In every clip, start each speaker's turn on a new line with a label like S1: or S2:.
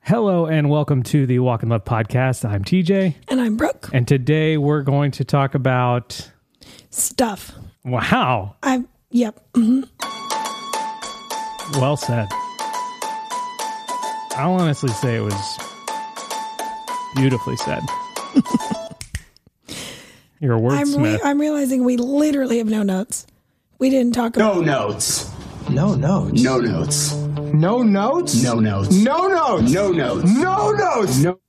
S1: Hello and welcome to the Walk and Love podcast. I'm TJ,
S2: And I'm Brooke.
S1: and today we're going to talk about
S2: Stuff.
S1: wow,
S2: I, yep. Mhm.
S1: well said. I'll honestly say it was beautifully said. You're a
S2: I'm, re-
S1: wordsmith.
S2: I'm realizing we literally have no notes. We didn't talk about
S3: No notes.
S4: No notes.
S3: No notes.
S4: No notes.
S3: No notes.
S4: No notes.
S3: No notes.
S4: No notes. No.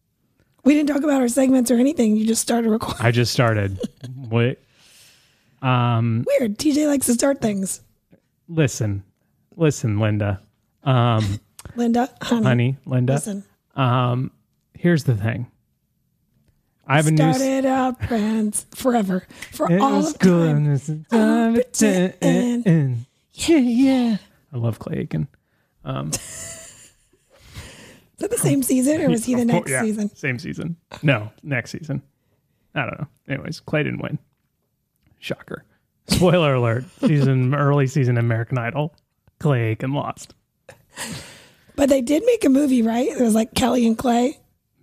S2: we didn't talk about our segments or anything. You just started recording.
S1: I just started. Wait.
S2: Weird. TJ likes to start things.
S1: Listen, listen, Linda, um,
S2: Linda, honey,
S1: honey, Linda. Um,
S2: listen.
S1: Here's the thing. I have a new.
S2: Started out friends forever for
S1: It
S2: all
S1: was
S2: of time.
S1: good. It's a time
S2: Up
S1: to
S2: to
S1: end.
S2: Yeah, yeah. Is
S1: I love Clay Aiken.
S2: that the same season or was he the
S1: Of cour-
S2: next
S1: yeah,
S2: season?
S1: Same season. No, next season. I don't know. Anyways, Clay didn't win. Shocker. Spoiler alert. Season early season American Idol. Clay Aiken lost.
S2: But they did make a movie, right? It was like Kelly and Clay.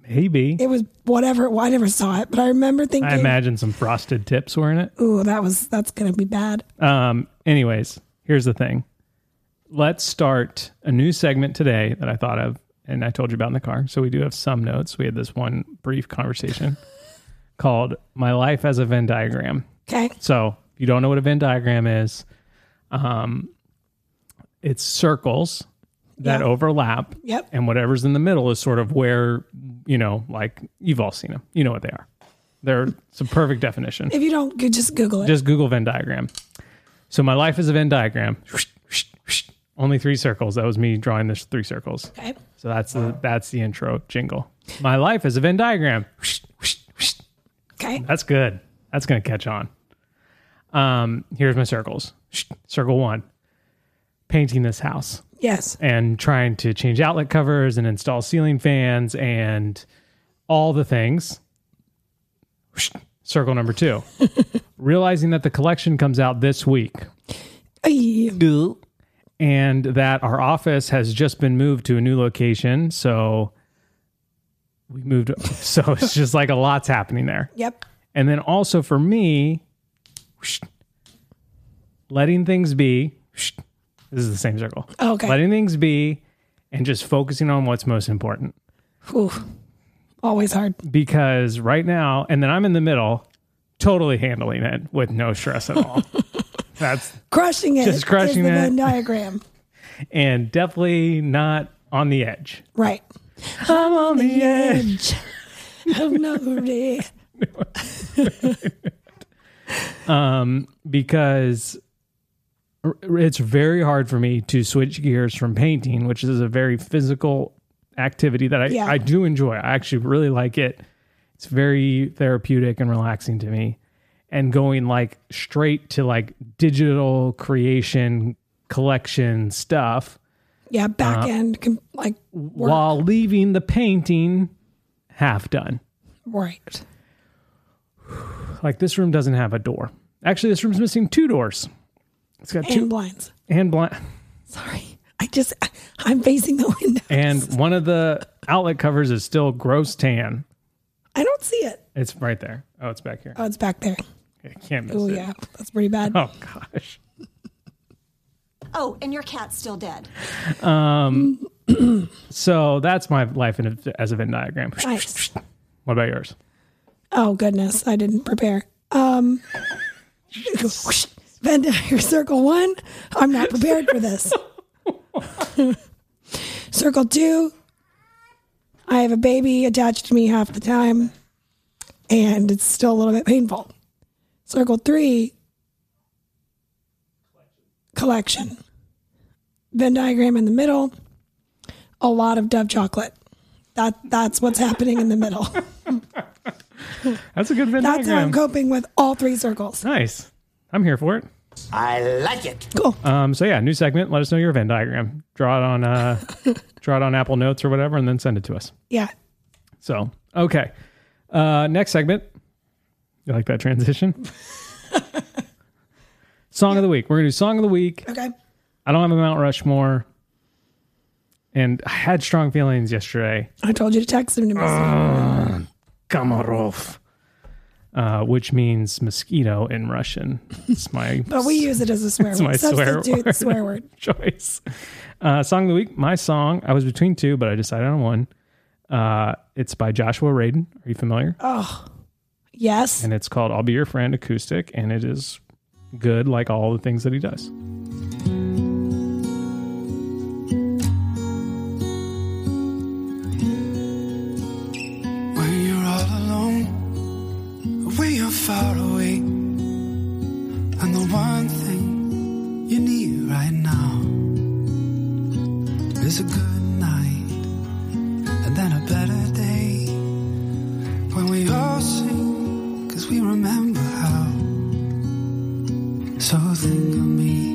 S1: Maybe.
S2: It was whatever. Well, I never saw it, but I remember thinking,
S1: I imagine some frosted tips were in it.
S2: "Ooh, that was that's gonna be bad."
S1: Um, anyways, here's the thing. Let's start a new segment today that I thought of and I told you about in the car. So we do have some notes. We had this one brief conversation called My Life as a Venn Diagram.
S2: Okay.
S1: So if you don't know what a Venn diagram is, um, it's circles that
S2: Yeah.
S1: overlap.
S2: Yep.
S1: And whatever's in the middle is sort of where, you know, like you've all seen them. You know what they are. They're it's a perfect definition.
S2: If you don't, go- just Google it.
S1: Just Google Venn diagram. So my life is a Venn diagram. Only three circles. That was me drawing this three circles.
S2: okay.
S1: So that's the that's the intro jingle. My life is a Venn diagram.
S2: Okay.
S1: That's good. That's going to catch on. Um, here's my circles. Sh- Circle one, painting this house
S2: Yes.
S1: and trying to change outlet covers and install ceiling fans and all the things. Sh- Circle number two, realizing that the collection comes out this week
S2: Ay,
S1: and that our office has just been moved to a new location. So we moved. So it's just like a lot's happening there.
S2: Yep.
S1: And then also for me, whoosh, letting things be. whoosh, This is the same circle.
S2: Oh, Okay.
S1: Letting things be and just focusing on what's most important.
S2: Ooh. Always hard.
S1: Because right now, and then I'm in the middle, totally handling it with no stress at all. That's
S2: Crushing it.
S1: Just
S2: is
S1: crushing
S2: the
S1: it.
S2: Venn diagram.
S1: and definitely not on the edge.
S2: Right. I'm on the
S1: Eh.
S2: edge. I'm not ready.
S1: because r- it's very hard for me to switch gears from painting, which is a very physical activity that I,
S2: Yeah.
S1: I do enjoy. I actually really like it. It's very therapeutic and relaxing to me. And going like straight to like digital creation, collection stuff
S2: Yeah,
S1: Uh-huh.
S2: back end com like work.
S1: while leaving the painting half done.
S2: right.
S1: Like this room doesn't have a door. Actually, this room's missing two doors. It's got
S2: And
S1: two
S2: blinds.
S1: and blind.
S2: Sorry. I just I'm facing the window.
S1: and one of the outlet covers is still gross tan.
S2: I don't see it.
S1: It's right there. Oh, it's back here.
S2: Oh, it's back there.
S1: I can't miss
S2: Oh
S1: it.
S2: yeah. That's pretty bad.
S1: Oh gosh.
S5: Oh, and your cat's still dead.
S1: So that's my life in a, as a Venn diagram.
S2: Nice.
S1: What about yours?
S2: Oh goodness. I didn't prepare. Um whoosh. Venn diagram circle one. I'm not prepared for this. circle two. I have a baby attached to me half the time, and it's still a little bit painful. Circle three. Collection. Venn diagram in the middle. A lot of Dove chocolate. That that's what's happening in the middle.
S1: That's a good Venn
S2: That's how I'm
S1: diagram.
S2: coping with all three circles.
S1: nice. I'm here for it.
S3: I like it.
S2: Cool.
S1: Um, so yeah, new segment. Let us know your Venn diagram. Draw it on uh, draw it on Apple Notes or whatever, and then send it to us.
S2: Yeah.
S1: So okay. Uh, next segment. You like that transition? song of the week. We're gonna do song of the week.
S2: Okay.
S1: I don't have a Mount Rushmore, And I had strong feelings yesterday.
S2: I told you to text him to me.
S1: Oh, Komarov, uh, which means mosquito in Russian. It's my
S2: but we use it as a swear word.
S1: my swear
S2: Substitute
S1: word.
S2: swear word.
S1: choice. Uh, song of the week, my song. I was between two, but I decided on one. Uh, it's by Joshua Radin. Are you familiar?
S2: Uh. Yes.
S1: And it's called I'll Be Your Friend Acoustic, and it is good like all the things that he does.
S6: When you're all alone, when you're far away, and the one thing you need right now is a good night, and then a better day. When we all sing, cause we remember how. So think of me,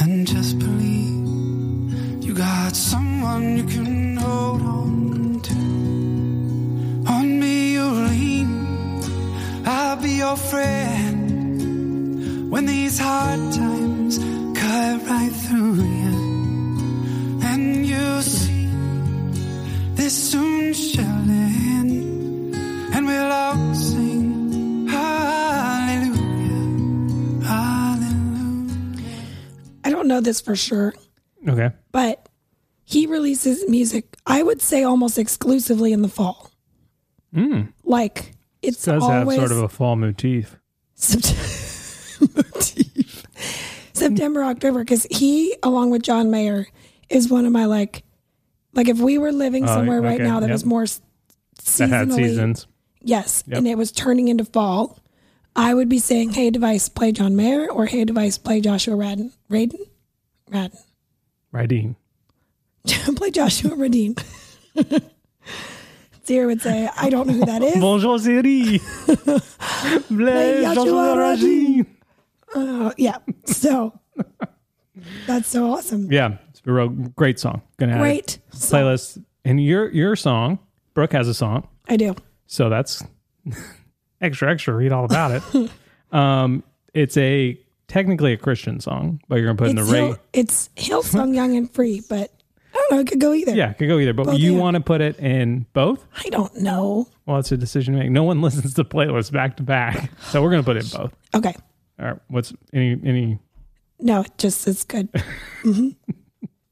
S6: and just believe you got someone you can hold on to. On me you lean, I'll be your friend. When these hard times cut right through you, and you see this soon shall end, and we'll all sing hallelujah, hallelujah.
S2: I don't know this for sure,
S1: Okay.
S2: but he releases music, I would say almost exclusively in the fall. Like, it's
S1: It Hmm. does
S2: always
S1: have sort of a fall motif.
S2: Sept- motif. September, October, because he, along with John Mayer, is one of my like, like if we were living
S1: Oh,
S2: somewhere right
S1: okay,
S2: now that
S1: yep.
S2: was more s-
S1: That
S2: seasonally,
S1: had seasons.
S2: yes,
S1: Yep.
S2: and it was turning into fall, I would be saying, "Hey, device, play John Mayer," or "Hey, device, play Joshua Radin, Radin, Radin,
S1: Radin.
S2: play Joshua Radin." Dear would say, "I don't know who that is."
S1: Bonjour Siri. Bless
S2: Joshua
S1: Joshua
S2: Radin.
S1: Radin.
S2: Uh, yeah, so that's so awesome.
S1: Yeah, it's a real great song. Gonna add it.
S2: Great, So-
S1: playlist. And your your song, Brooke has a song,
S2: I do.
S1: so that's extra extra. Read all about it. um, it's a technically a Christian song, but you're gonna put in
S2: it's
S1: the
S2: Hill,
S1: rate.
S2: it's Hillsong Young and Free, but I don't know. It could go either.
S1: Yeah, it could go either. But
S2: Both,
S1: you
S2: yeah.
S1: want to put it in both?
S2: I don't know.
S1: Well, it's a decision to make. No one listens to playlists back to back, so we're gonna put it in both.
S2: Okay.
S1: All right. What's any any?
S2: No, it just it's good.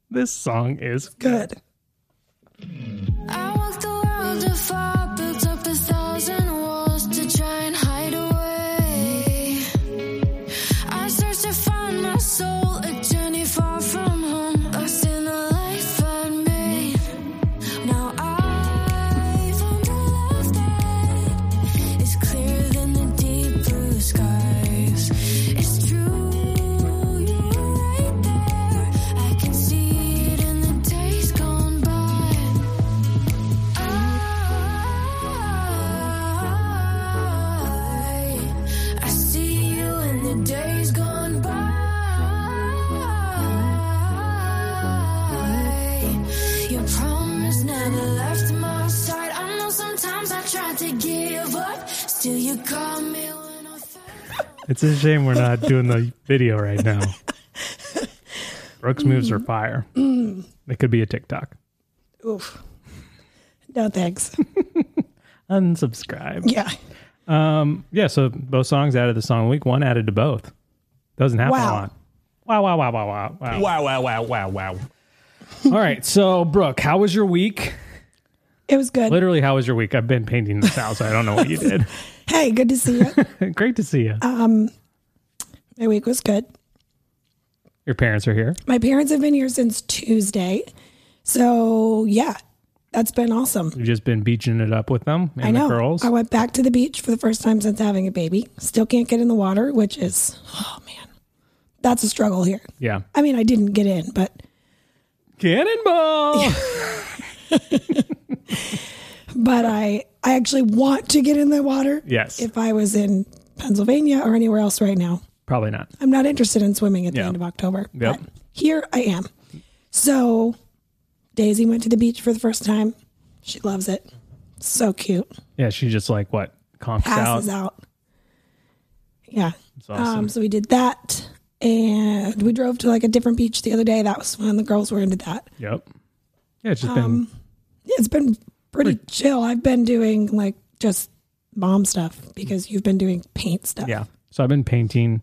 S1: This song is
S2: Good.
S7: I walked the world afar, built up a thousand walls to try and hide away. I searched to find my soul, a journey far from home, lost in the life I made. Now I found a love that is clearer than the deep blue skies. It's true, you're right there. I can see it in the days gone by. I I see you in the days gone by. Your promise never left my side. I know sometimes I tried to give up, still you caught me when I fell.
S1: It's a shame we're not doing the video right now. Brooks moves are fire. It could be a TikTok.
S2: Oof. No thanks.
S1: Unsubscribe.
S2: Yeah.
S1: Yeah, so both songs added to song of the week, one added to both. Doesn't happen
S2: Wow.
S1: a lot. Wow, wow, wow, wow, wow, wow.
S8: Wow, wow, wow, wow, wow.
S1: All right, so Brooke, how was your week?
S2: It was good.
S1: Literally, how was your week? I've been painting this house. I don't know what you did.
S2: Hey, good to see you.
S1: Great to see you.
S2: My week was good.
S1: Your parents are here.
S2: My parents have been here since Tuesday. So yeah. That's been awesome.
S1: You've just been beaching it up with them and
S2: I know.
S1: the girls.
S2: I went back to the beach for the first time since having a baby. Still can't get in the water, which is oh man. That's a struggle here.
S1: yeah.
S2: I mean, I didn't get in, but
S1: Cannonball.
S2: but I I actually want to get in the water.
S1: Yes.
S2: If I was in Pennsylvania or anywhere else right now,
S1: Probably not.
S2: I'm not interested in swimming at the
S1: Yeah.
S2: end of October.
S1: Yep.
S2: But here I am. So Daisy went to the beach for the first time. She loves it. So cute.
S1: Yeah, she just like what conks out.
S2: Passes out. Yeah.
S1: awesome.
S2: Um, so we did that. And we drove to like a different beach the other day. That was fun. The girls were into that.
S1: Yep. Yeah, it's just
S2: Um, yeah, it's been pretty chill. I've been doing like just mom stuff because you've been doing paint stuff.
S1: been yeah. So I've been painting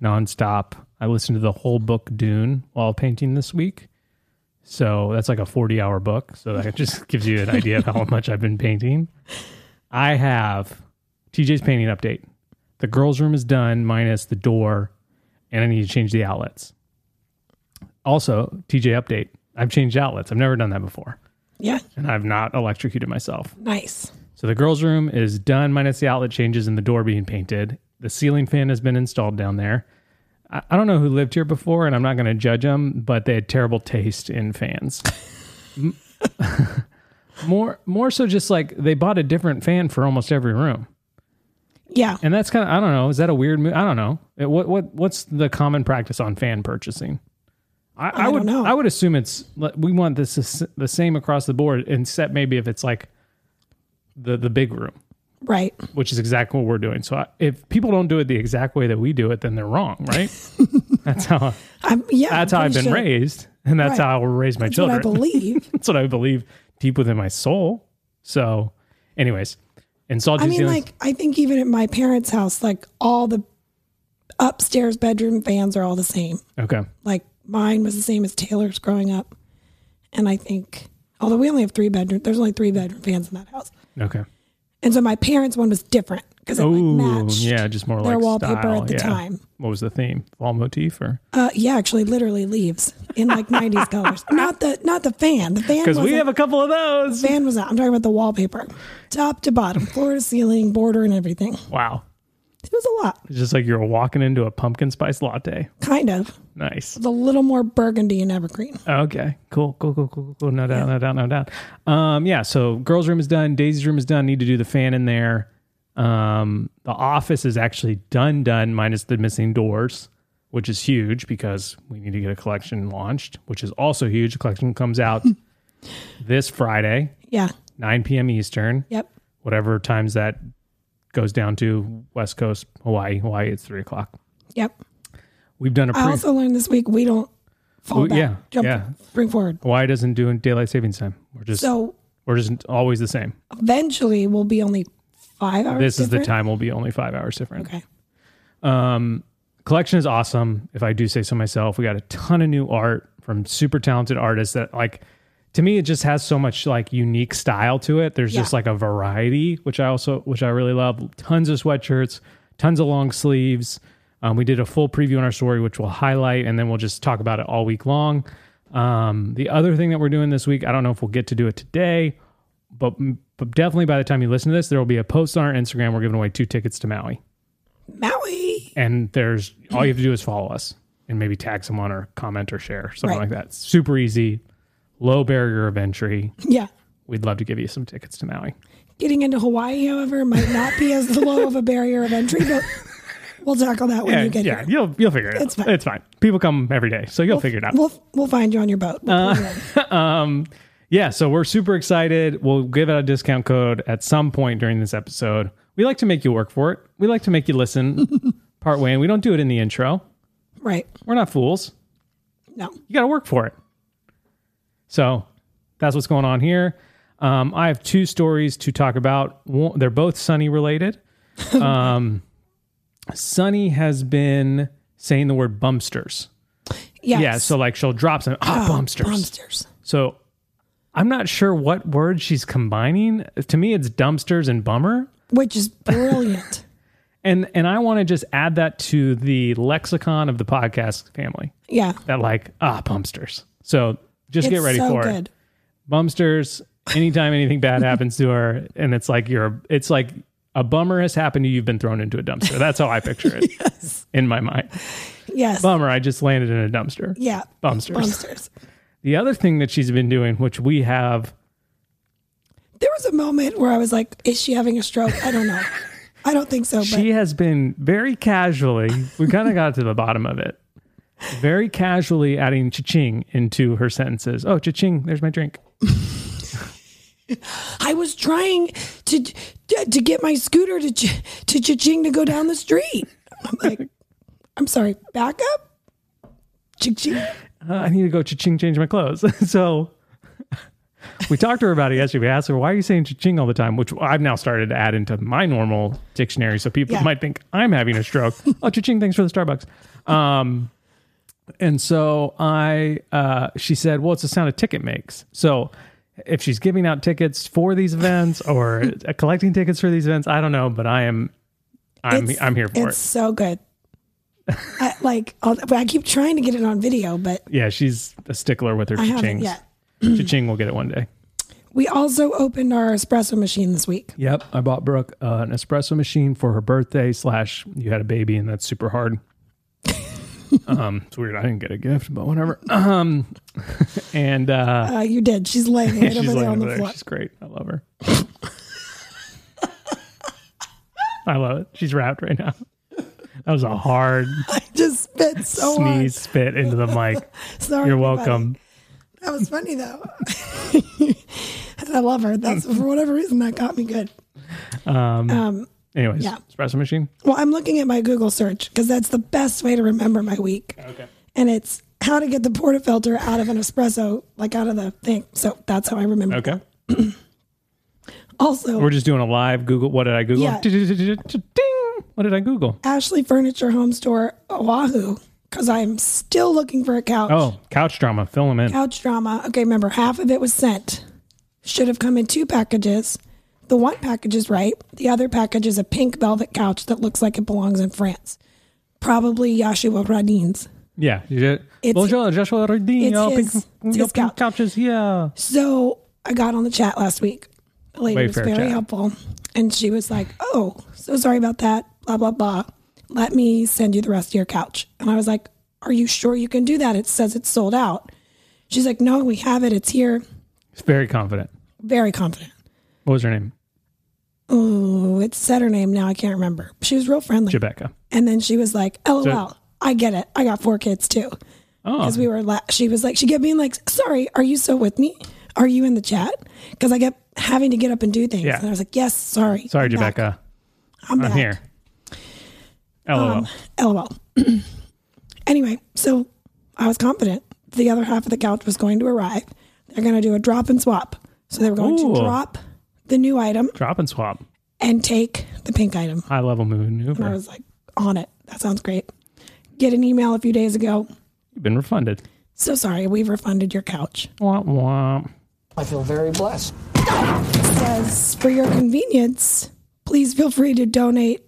S1: nonstop. I listened to the whole book Dune while painting this week. So that's like a 40 hour book. So that just gives you an idea of how much I've been painting. I have TJ's painting update. The girls' room is done, minus the door, and I need to change the outlets. Also, TJ update. I've changed outlets. I've never done that before,
S2: Yeah.
S1: and I've not electrocuted myself.
S2: Nice.
S1: So the girls' room is done, minus the outlet changes and the door being painted. The ceiling fan has been installed down there. I, I don't know who lived here before, and I'm not going to judge them, but they had terrible taste in fans. M- more, more so, just like they bought a different fan for almost every room,
S2: Yeah.
S1: and that's kind of I don't know. Is that a weird move? I don't know. It- what what what's the common practice on fan purchasing? I, I, would
S2: don't know.
S1: I would assume it's like, we want this is the same across the board, except maybe if it's like the the big room
S2: Right.
S1: which is exactly what we're doing. So I, if people don't do it the exact way that we do it, then they're wrong, right? that's how
S2: I'm, yeah. I'm
S1: that's how I've
S2: pretty
S1: been
S2: sure
S1: raised, and that's
S2: Right.
S1: how I will raise my
S2: That's what
S1: children.
S2: I believe.
S1: that's what I believe deep within my soul. So, anyways, install two
S2: I mean,
S1: ceilings.
S2: like, I think even at my parents' house, like, all the upstairs bedroom fans are all the same.
S1: okay,
S2: Like, mine was the same as Taylor's growing up. And I think, although we only have three bedroom, there's only three bedroom fans in that house.
S1: okay.
S2: And so my parents' one was different because it
S1: Ooh,
S2: like, matched.
S1: yeah, just more
S2: their
S1: like
S2: wallpaper
S1: style,
S2: at the
S1: yeah.
S2: time.
S1: What was the theme? Fall motif or
S2: Uh, yeah, actually, literally leaves in like '90s colors. Not the not the fan. The fan
S1: because we
S2: wasn't-
S1: have a couple of those.
S2: the fan was out. I'm talking about the wallpaper, top to bottom, floor to ceiling, border, and everything.
S1: Wow,
S2: It was a lot,
S1: it's just like you're walking into a pumpkin spice latte.
S2: kind of.
S1: Nice.
S2: It's a little more burgundy and evergreen.
S1: Okay, cool, cool, cool, cool, cool, cool. No doubt, no doubt, no doubt. Um, yeah, so girls' room is done. Daisy's room is done. Need to do the fan in there. Um, the office is actually done, done, minus the missing doors, which is huge because we need to get a collection launched, which is also huge. The collection comes out this Friday,
S2: Yeah.
S1: 9 p.m. Eastern,
S2: Yep.
S1: whatever times that goes down to West Coast, Hawaii. Hawaii, it's 3 o'clock.
S2: Yep.
S1: We've done a
S2: I
S1: pre-
S2: also learned this week we don't fall
S1: Oh,
S2: back.
S1: yeah,
S2: Jump.
S1: yeah.
S2: Bring forward.
S1: Hawaii doesn't do daylight savings time. We're just
S2: So
S1: we're just always the same.
S2: eventually we'll be only five hours.
S1: this is the
S2: different.
S1: time will be only five hours different.
S2: Okay.
S1: Collection is awesome, if I do say so myself. We got a ton of new art from super talented artists that like to me it just has so much like unique style to it. There's just
S2: Yeah.
S1: like a variety, which I also which I really love. Tons of sweatshirts, tons of long sleeves. Um, we did a full preview on our story, which we'll highlight, and then we'll just talk about it all week long. Um, the other thing that we're doing this week, I don't know if we'll get to do it today, but, but definitely by the time you listen to this, there will be a post on our Instagram. We're giving away two tickets to Maui
S2: Maui.
S1: and there's all you have to do is follow us and maybe tag someone or comment or share something
S2: Right.
S1: like that. Super easy, low barrier of entry.
S2: Yeah.
S1: We'd love to give you some tickets to Maui.
S2: Getting into Hawaii, however, might not be as low of a barrier of entry, but we'll tackle that when
S1: Yeah,
S2: you get
S1: yeah,
S2: here.
S1: you'll you'll figure it
S2: It's
S1: out.
S2: fine.
S1: It's fine. People come every day, so you'll figure it out.
S2: We'll we'll find you on your boat. We'll
S1: Uh.
S2: pull you in.
S1: yeah, so we're super excited. We'll give out a discount code at some point during this episode. We like to make you work for it. We like to make you listen part way, and we don't do it in the intro.
S2: right.
S1: We're not fools.
S2: No.
S1: you got to work for it. So that's what's going on here. Um, I have two stories to talk about. One, they're both Sunny related. Um, Sunny has been saying the word bumpsters.
S2: Yes.
S1: Yeah, so like she'll drop some ah bumpsters.
S2: Bumpsters.
S1: So I'm not sure what word she's combining. To me, it's dumpsters and bummer.
S2: Which is brilliant.
S1: And and I want to just add that to the lexicon of the podcast family.
S2: yeah.
S1: That like ah bumpsters. So just get
S2: It's
S1: ready
S2: so
S1: for it.
S2: good.
S1: bumpsters anytime anything bad happens to her and it's like you're it's like a bummer has happened to you you've been thrown into a dumpster that's how i picture it in my mind
S2: Yes.
S1: bummer i just landed in a dumpster
S2: yeah.
S1: bumpsters
S2: Bumpsters.
S1: the other thing that she's been doing which we have
S2: There was a moment where I was like, is she having a stroke? I don't know. I don't think so, but
S1: she has been very casually we kind of got to the bottom of it very casually adding cha-ching into her sentences oh cha-ching there's my drink
S2: I was trying to to get my scooter to ch- to cha-ching to go down the street. I'm like, I'm sorry, back up. Ching, ching.
S1: uh, I need to go cha-ching change my clothes. so we talked to her about it yesterday. We asked her, why are you saying cha-ching all the time? Which I've now started to add into my normal dictionary. So people
S2: Yeah.
S1: might think I'm having a stroke. oh, cha-ching, thanks for the Starbucks. Um, and so I, uh, she said, well, it's the sound a ticket makes. So if she's giving out tickets for these events or uh, collecting tickets for these events, I don't know, but I am, I'm,
S2: It's-
S1: I'm here for
S2: It's
S1: it.
S2: so good. I, like, I'll, but I keep trying to get it on video, but
S1: Yeah. She's a stickler with her
S2: I haven't
S1: cha-chings.
S2: yet.
S1: Cha-ching will get it one day.
S2: We also opened our espresso machine this week.
S1: Yep, I bought Brooke uh, an espresso machine for her birthday. Slash, you had a baby, and that's super hard. um, it's weird. I didn't get a gift, but whatever. Um, and uh,
S2: Uh, you did. She's laying right
S1: she's
S2: over there
S1: laying
S2: on
S1: over
S2: the
S1: there.
S2: floor.
S1: She's great. I love her. I love it. She's wrapped right now. That was a hard
S2: I just spit so
S1: sneeze spit into the mic.
S2: hard. Sorry,
S1: You're
S2: everybody.
S1: welcome.
S2: That was funny though. I love her. That's for whatever reason that got me good.
S1: Anyways,
S2: Yeah.
S1: espresso machine.
S2: Well, I'm looking at my Google search because that's the best way to remember my week. Okay. And it's how to get the portafilter out of an espresso, like out of the thing. So that's how I remember.
S1: Okay,
S2: Also,
S1: we're just doing a live Google. What did I Google?
S2: Yeah.
S1: Ding! What did I Google?
S2: Ashley Furniture Home Store Oahu because I'm still looking for a couch.
S1: Oh, couch drama. Fill them in.
S2: Couch drama. Okay, remember half of it was sent. Should have come in two packages. The one package is right. The other package is a pink velvet couch that looks like it belongs in France. Probably Yashua Radin's.
S1: Yeah. It's,
S2: It's-
S1: Bonjour, Joshua Rodin.
S2: it's
S1: Y'all pink-
S2: his- it's
S1: y'all
S2: his
S1: pink
S2: couch.
S1: couches here.
S2: So I got on the chat last week. A lady was
S1: Wayfair
S2: very
S1: chat.
S2: helpful. And she was like, Oh, so sorry about that. Blah, blah, blah. Let me send you the rest of your couch. And I was like, Are you sure you can do that? It says it's sold out. She's like, No, we have it. It's here.
S1: It's very confident.
S2: Very confident.
S1: What was her name?
S2: Oh, it said her name now. I can't remember. She was real friendly.
S1: Jebecca.
S2: And then she was like, LOL, I get it. I got four kids too.
S1: Oh,
S2: Because we were, la- she was like, she kept being like, sorry, are you still with me? Are you in the chat? Because I kept having to get up and do things.
S1: Yeah.
S2: And I was like, yes, sorry.
S1: sorry,
S2: I'm back.
S1: Jebecca.
S2: I'm,
S1: I'm
S2: back. Um,
S1: here. LOL.
S2: LOL. anyway, so I was confident the other half of the couch was going to arrive. They're going to do a drop and swap. So they were going
S1: Ooh.
S2: to drop the new item
S1: Drop and swap.
S2: and take the pink item.
S1: High level maneuver.
S2: And I was like, on it. That sounds great. Get an email a few days ago.
S1: You've been refunded.
S2: So sorry, we've refunded your couch.
S1: Womp womp.
S8: I feel very blessed.
S2: Says, for your convenience, please feel free to donate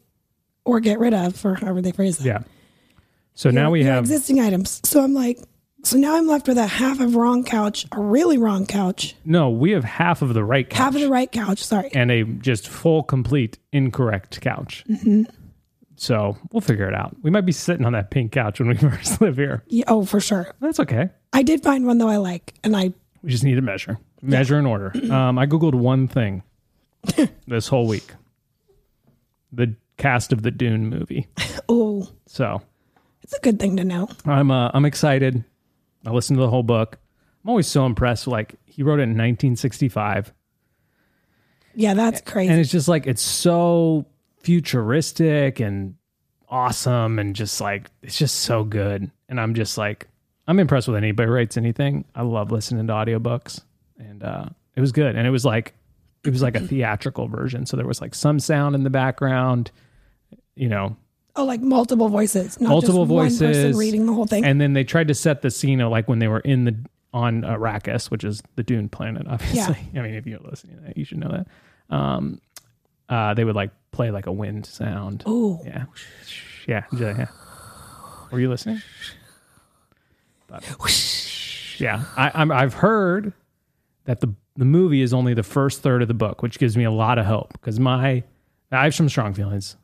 S2: or get rid of, or however they phrase that.
S1: Yeah. So now we
S2: Your
S1: have
S2: existing items. So I'm like, so now I'm left with a half of wrong couch, a really wrong couch,
S1: no, we have half of the right couch
S2: half of the right couch. Sorry.
S1: and a just full, complete, incorrect couch.
S2: Mm-hmm.
S1: So we'll figure it out. We might be sitting on that pink couch when we first live here.
S2: Yeah, oh, for sure.
S1: That's okay.
S2: I did find one though I like, and I
S1: We just need to measure, measure and order. Um, I googled one thing this whole week: the cast of the Dune movie.
S2: oh,
S1: So
S2: it's a good thing to know.
S1: I'm uh, I'm excited. I listened to the whole book. I'm always so impressed. Like he wrote it in 1965,
S2: Yeah, that's crazy.
S1: and it's just like it's so futuristic and awesome, and just like it's just so good. And I'm just like I'm impressed with anybody who writes anything. I love listening to audiobooks, and uh, it was good. And it was like it was like a theatrical version, so there was like some sound in the background, you know,
S2: oh, like multiple voices, not
S1: multiple
S2: just one
S1: voices
S2: person reading the whole thing.
S1: and then they tried to set the scene of like when they were in the on Arrakis, which is the Dune planet. Obviously, I mean, if you're listening to that, you should know that. Um, uh, they would like play like a wind sound.
S2: Ooh.
S1: yeah, yeah, yeah. yeah. Were you listening? But- yeah, I, I'm, I've heard that the the movie is only the first third of the book, which gives me a lot of hope because my I have some strong feelings.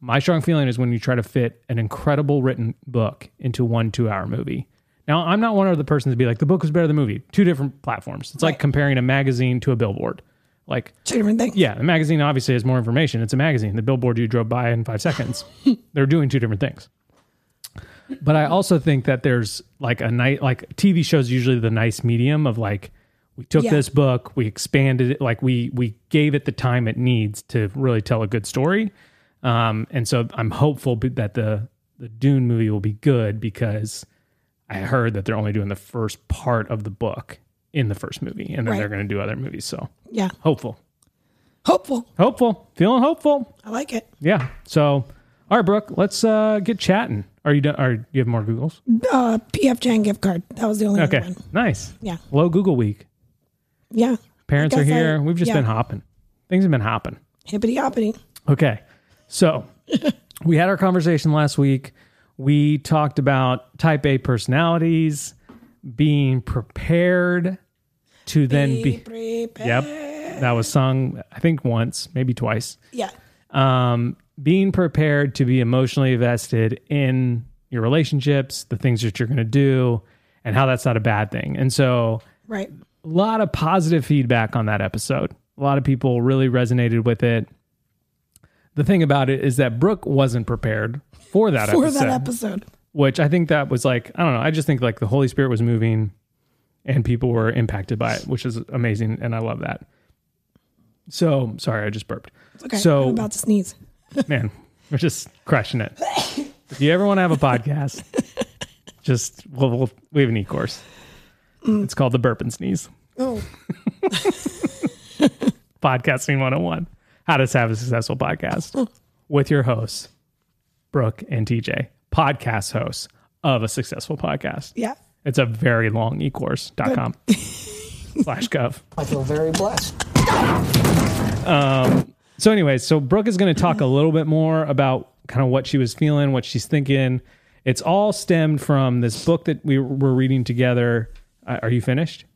S1: My strong feeling is when you try to fit an incredible written book into one two hour movie. Now, I'm not one of the persons to be like, the book was better than the movie. Two different platforms. It's like comparing a magazine to a billboard. Like,
S2: Two different things.
S1: yeah, the magazine obviously has more information. It's a magazine. The billboard you drove by in five seconds. They're doing two different things. But I also think that there's like a night, like TV shows, usually the nice medium of like, we took
S2: Yeah.
S1: this book, we expanded it, like we we gave it the time it needs to really tell a good story. Um, and so I'm hopeful b- that the the Dune movie will be good because I heard that they're only doing the first part of the book in the first movie, and then
S2: Right.
S1: they're going to do other movies. So
S2: Yeah.
S1: hopeful,
S2: Hopeful.
S1: hopeful, feeling hopeful.
S2: I like it.
S1: Yeah. So, all right, Brooke, let's uh, get chatting. Are you done? Are you have more Googles?
S2: Uh, PF Chang gift card. That was the only other
S1: Okay,
S2: one.
S1: nice.
S2: Yeah.
S1: Low Google week.
S2: Yeah.
S1: Parents are
S2: guess I-
S1: here. We've just
S2: yeah.
S1: been hopping. Things have been hopping.
S2: Hippity hoppity.
S1: Okay. So we had our conversation last week. We talked about type A personalities being prepared to then be.
S2: prepared.
S1: Yep. That was sung, I think, once, maybe twice.
S2: Yeah.
S1: Um, being prepared to be emotionally invested in your relationships, the things that you're going to do, and how that's not a bad thing. And so
S2: Right.
S1: a lot of positive feedback on that episode. A lot of people really resonated with it. The thing about it is that Brooke wasn't prepared for that,
S2: For
S1: episode,
S2: that episode.
S1: which I think that was like, I don't know. I just think like the Holy Spirit was moving and people were impacted by it, which is amazing. And I love that. So sorry, I just burped.
S2: Okay.
S1: So-
S2: I'm about to sneeze.
S1: Man, we're just crushing it. If you ever want to have a podcast, just we'll, we'll, we have an e course. It's called the Burp and Sneeze.
S2: Oh,
S1: Podcasting 101 How to Have a Successful Podcast with your hosts, Brooke and TJ, podcast hosts of a successful podcast.
S2: yeah.
S1: It's a very long e course.com slash gov.
S8: I feel very blessed.
S1: So, anyways, so Brooke is going to talk a little bit more about kind of what she was feeling, what she's thinking. It's all stemmed from this book that we were reading together. Uh, are you finished?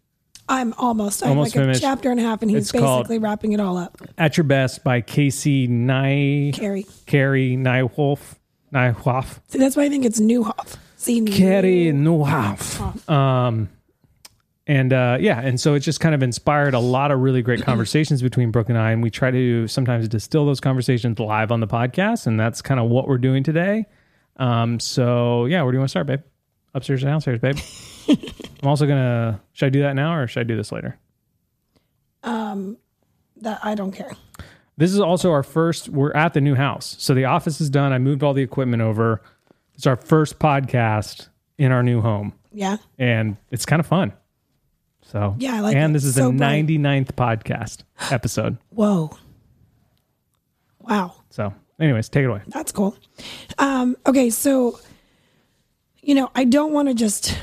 S2: I'm almost. I'm
S1: Almost
S2: like
S1: finished.
S2: a chapter and a half, and he's
S1: It's called-
S2: basically wrapping it all up.
S1: At Your Best by Casey Nye.
S2: Carrie.
S1: Carrie Nyhoff. Nyhoff.
S2: See, that's why I think it's Newhoff. See,
S1: Kerry Newhoff. Um, and uh, yeah, and so it just kind of inspired a lot of really great conversations between Brooke and I. And we try to sometimes distill those conversations live on the podcast, and that's kind of what we're doing today. Um, so yeah, where do you want to start, babe? Upstairs or downstairs, babe? I'm also gonna. Should I do that now or should I do this later?
S2: That I don't care.
S1: This is also our first. We're at the new house, so the office is done. I moved all the equipment over. It's our first podcast in our new home.
S2: Yeah.
S1: and it's kind of fun. So
S2: Yeah, I like
S1: And
S2: it.
S1: this is
S2: So
S1: the
S2: bright.
S1: 99th podcast episode.
S2: Whoa. Wow.
S1: So, anyways, take it away.
S2: That's cool. Um, okay, so you know, I don't want to just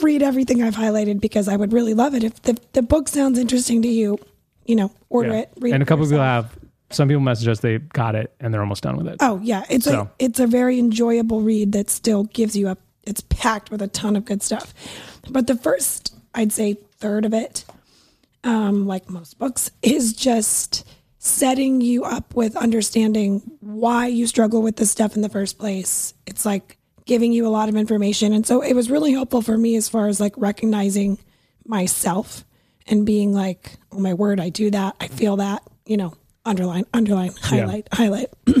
S2: read everything I've highlighted because I would really love it if the, the book sounds interesting to you. You know, order
S1: Yeah.
S2: it. Read
S1: and a
S2: it for
S1: couple people
S2: yourself.
S1: have. Some people message us they got it and they're almost done with it.
S2: Oh yeah, it's
S1: So.
S2: a it's a very enjoyable read that still gives you a. It's packed with a ton of good stuff, but the first I'd say third of it, um, like most books, is just setting you up with understanding why you struggle with this stuff in the first place. It's like giving you a lot of information, and so it was really helpful for me as far as like recognizing myself and being like, "Oh my word, I do that. I feel that." You know, underline, underline, highlight, highlight.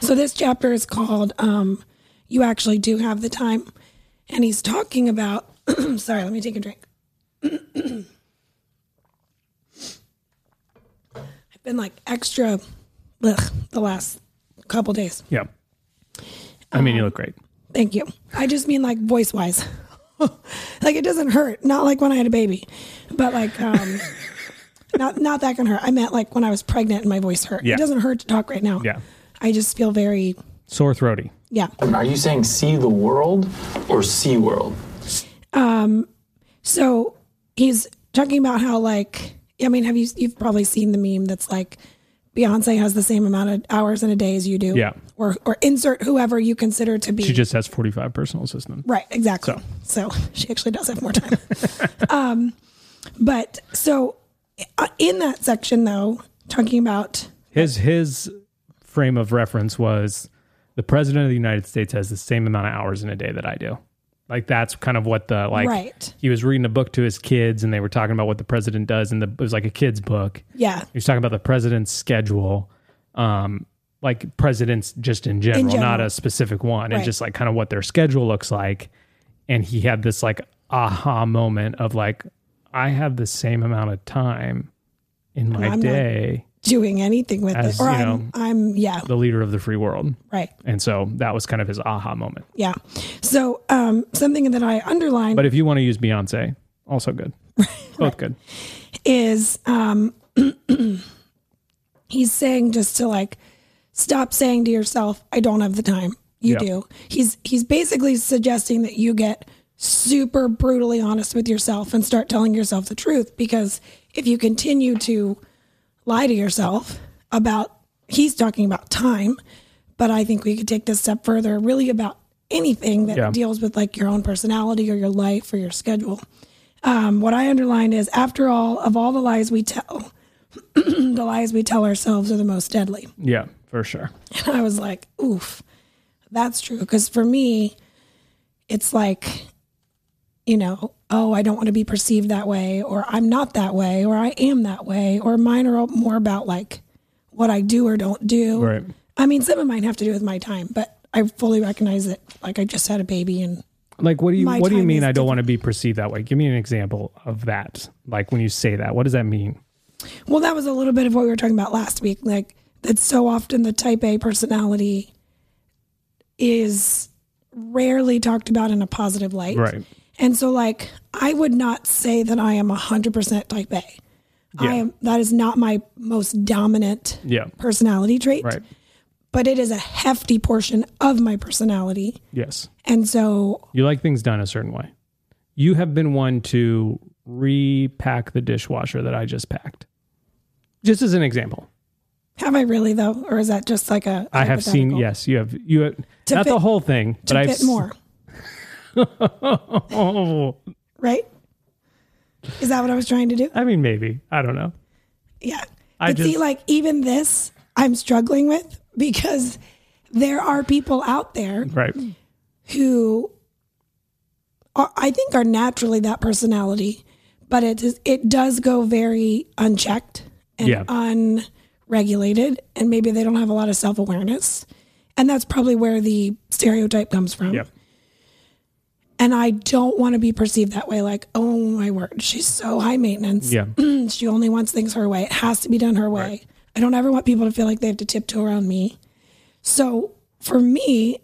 S2: So this chapter is called um, "You Actually Do Have the Time," and he's talking about. sorry, let me take a drink. I've been like extra, ugh, the last couple days.
S1: Yeah. I
S2: Um,
S1: mean, you look great.
S2: Thank you. I just mean like voice wise. like it doesn't hurt. Not like when I had a baby, but like um, not not that can hurt. I meant like when I was pregnant and my voice hurt.
S1: Yeah.
S2: It doesn't hurt to talk right now.
S1: Yeah.
S2: I just feel very
S1: Sore throaty.
S2: yeah.
S9: Are you saying see the world or sea world?
S2: So he's talking about how like I mean, have you you've probably seen the meme that's like Beyonce has the same amount of hours in a day as you do.
S1: Yeah.
S2: Or or insert whoever you consider to be
S1: She just has 45 personal assistants.
S2: Right, exactly. So, she actually does have more time. um, but so uh, in that section though, talking about
S1: His his frame of reference was the president of the United States has the same amount of hours in a day that I do. Like that's kind of what the like
S2: Right.
S1: he was reading a book to his kids and they were talking about what the president does and the, it was like a kids book.
S2: yeah,
S1: He was talking about the president's schedule, um, like presidents just in general, not
S2: general.
S1: a specific one, and
S2: Right.
S1: just like kind of what their schedule looks like. And he had this like aha moment of like, I have the same amount of time in my
S2: I'm not
S1: day
S2: doing anything with
S1: As,
S2: it. Or
S1: you
S2: I'm,
S1: know,
S2: I'm, yeah,
S1: the leader of the free world.
S2: right.
S1: And so that was kind of his aha moment.
S2: Yeah. So um, something that I underlined
S1: But if you want to use Beyonce, also good. Both good.
S2: is um, he's saying just to like stop saying to yourself, "I don't have the time." You
S1: Yep.
S2: do. He's he's basically suggesting that you get super brutally honest with yourself and start telling yourself the truth because if you continue to lie to yourself about he's talking about time but i think we could take this step further really about anything that
S1: Yeah.
S2: deals with like your own personality or your life or your schedule um, what i underlined is after all of all the lies we tell the lies we tell ourselves are the most deadly
S1: Yeah, for sure.
S2: and i was like oof that's true because for me it's like you know oh i don't want to be perceived that way or i'm not that way or i am that way or mine are all more about like what i do or don't do
S1: Right.
S2: i mean some of mine have to do with my time but i fully recognize that like i just had a baby and
S1: Like what do you
S2: My
S1: what do you
S2: time
S1: mean
S2: is
S1: I don't want to be perceived that way? Give me an example of that. Like when you say that, what does that mean?
S2: Well, that was a little bit of what we were talking about last week. Like that, so often the type A personality is rarely talked about in a positive light.
S1: Right.
S2: And so, like, I would not say that I am hundred percent type A. I
S1: Yeah.
S2: am. That is not my most dominant
S1: Yeah.
S2: personality trait.
S1: Right.
S2: But it is a hefty portion of my personality,
S1: Yes.
S2: and so
S1: You like things done a certain way. You have been one to repack the dishwasher that I just packed. Just as an example.
S2: have I really though, or is that just like a?
S1: I have seen
S2: hypothetical?
S1: yes, you have you have,
S2: To
S1: not the
S2: fit-
S1: whole thing, but
S2: To
S1: I've
S2: fit more,
S1: Oh,
S2: right? Is that what I was trying to do?
S1: I mean maybe. I don't know.
S2: Yeah.
S1: I
S2: But see,
S1: just-
S2: like even this, I'm struggling with because there are people out there
S1: Right.
S2: who are, I think are naturally that personality, but it is, it does go very unchecked and
S1: Yeah.
S2: unregulated, and maybe they don't have a lot of self awareness, and that's probably where the stereotype comes from.
S1: Yeah.
S2: And I don't want to be perceived that way. Like, oh my word, she's so high maintenance.
S1: Yeah.
S2: she only wants things her way. It has to be done her way. I don't ever want people to feel like they have to tiptoe around me. So for me,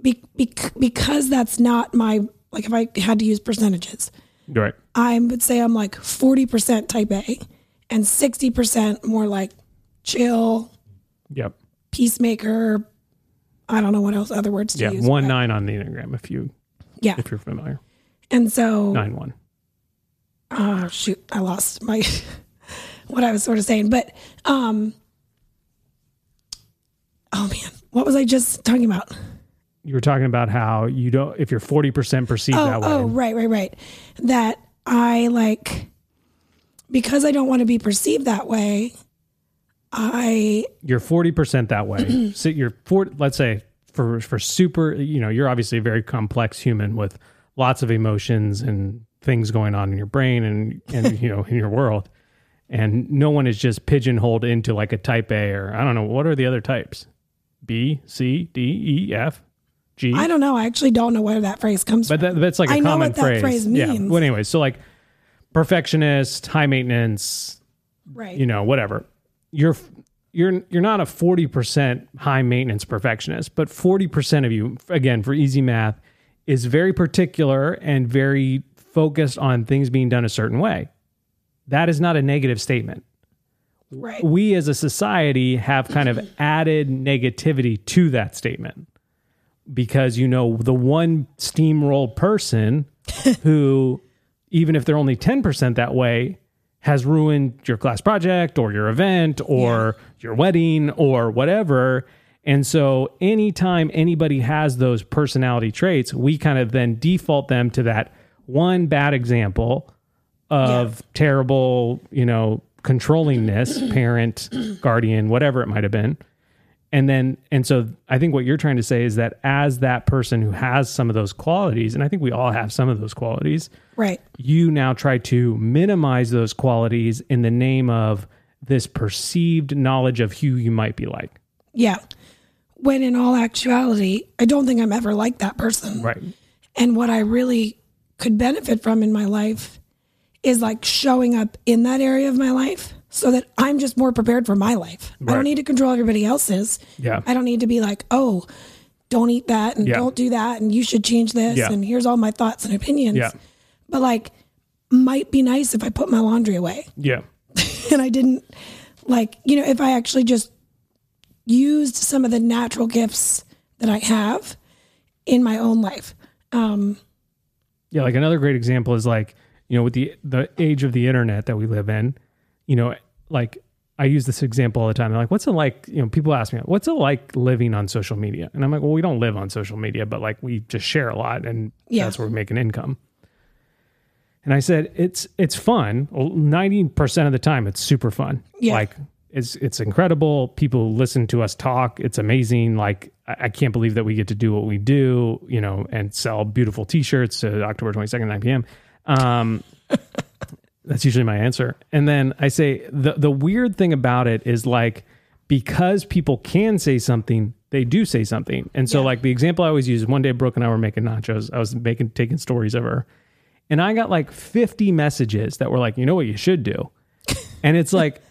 S2: be, bec because that's not my like if I had to use percentages,
S1: Right.
S2: I would say I'm like 40% type A and 60% more like chill,
S1: Yep.
S2: peacemaker. I don't know what else other words to
S1: Yeah.
S2: use.
S1: One
S2: but-
S1: nine on the Enneagram if you
S2: Yeah.
S1: if you're familiar.
S2: And so
S1: Nine one.
S2: oh shoot, I lost my what I was sort of saying. But um oh man, what was I just talking about?
S1: You were talking about how you don't if you're forty percent perceived
S2: Oh,
S1: that way.
S2: oh, right, right, right. That I like because I don't want to be perceived that way. I
S1: you're 40% that way. so you're four, let's say for, for super, you know, you're obviously a very complex human with lots of emotions and things going on in your brain and, and, you know, in your world. And no one is just pigeonholed into like a type A or I don't know. What are the other types? B, C, D, E, F, G.
S2: I don't know. I actually don't know where that phrase comes
S1: But
S2: from.
S1: that, that's like a
S2: I know
S1: common
S2: what that phrase
S1: Yeah.
S2: means.
S1: Well, anyway, so like perfectionist, high maintenance,
S2: right.
S1: you know whatever you're you're you're not a 40% high maintenance perfectionist but 40% of you again for easy math is very particular and very focused on things being done a certain way that is not a negative statement
S2: right.
S1: we as a society have kind of added negativity to that statement because you know the one steamroll person who even if they're only 10% that way has ruined your class project or your event or your wedding or whatever and so anytime anybody has those personality traits we kind of then default them to that one bad example of terrible, you know, controllingness, parent, guardian, whatever it might have been. And then, and so I think what you're trying to say is that as that person who has some of those qualities, and I think we all have some of those qualities,
S2: Right.
S1: you now try to minimize those qualities in the name of this perceived knowledge of who you might be like.
S2: Yeah. When in all actuality, I don't think I'm ever like that person.
S1: Right.
S2: And what I really could benefit from in my life is like showing up in that area of my life so that I'm just more prepared for my life. I
S1: Right.
S2: don't need to control everybody else's.
S1: Yeah.
S2: I don't need to be like, oh, don't eat that and
S1: Yeah.
S2: don't do that and you should change this
S1: Yeah.
S2: and here's all my thoughts and opinions.
S1: Yeah.
S2: But like, might be nice if I put my laundry away
S1: Yeah.
S2: and I didn't like, you know, if I actually just used some of the natural gifts that I have in my own life. Um,
S1: Yeah, like another great example is like, you know, with the the age of the internet that we live in, you know, like I use this example all the time. They're like, what's it like? You know, people ask me, what's it like living on social media? And I'm like, well, we don't live on social media, but like we just share a lot and
S2: Yeah.
S1: that's where we make an income. And I said, it's it's fun. Ninety percent of the time, it's super fun.
S2: Yeah.
S1: Like it's it's incredible. People listen to us talk. It's amazing. Like I, I can't believe that we get to do what we do. You know, and sell beautiful T-shirts to October twenty second nine p.m. Um, that's usually my answer. And then I say the the weird thing about it is like because people can say something, they do say something. And so like the example I always use, one day Brooke and I were making nachos. I was making taking stories of her. And I got like 50 messages that were like, you know what you should do. And it's like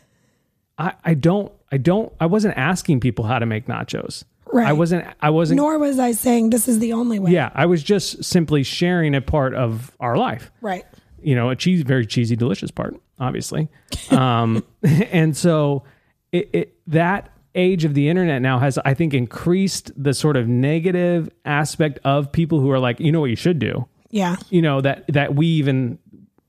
S1: I I don't I don't I wasn't asking people how to make nachos.
S2: Right.
S1: I wasn't I wasn't
S2: nor was I saying this is the only way.
S1: yeah, I was just simply sharing a part of our life
S2: Right.
S1: you know, a cheese, very cheesy, delicious part, obviously. Um, and so it, it, that age of the internet now has, I think, increased the sort of negative aspect of people who are like, you know what you should do?
S2: Yeah.
S1: You know, that, that we even,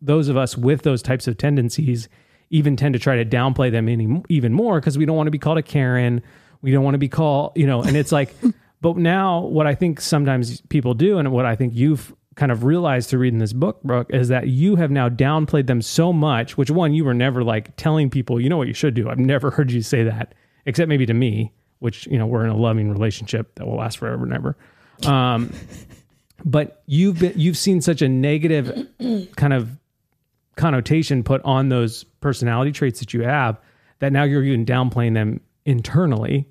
S1: those of us with those types of tendencies, even tend to try to downplay them any, even more because we don't want to be called a Karen. We don't want to be called, you know, and it's like, but now what I think sometimes people do and what I think you've kind of realized through reading this book, Brooke, is that you have now downplayed them so much, which one, you were never like telling people, you know what you should do. I've never heard you say that, except maybe to me, which, you know, we're in a loving relationship that will last forever and ever. Um, but you've been, you've seen such a negative kind of connotation put on those personality traits that you have that now you're even downplaying them internally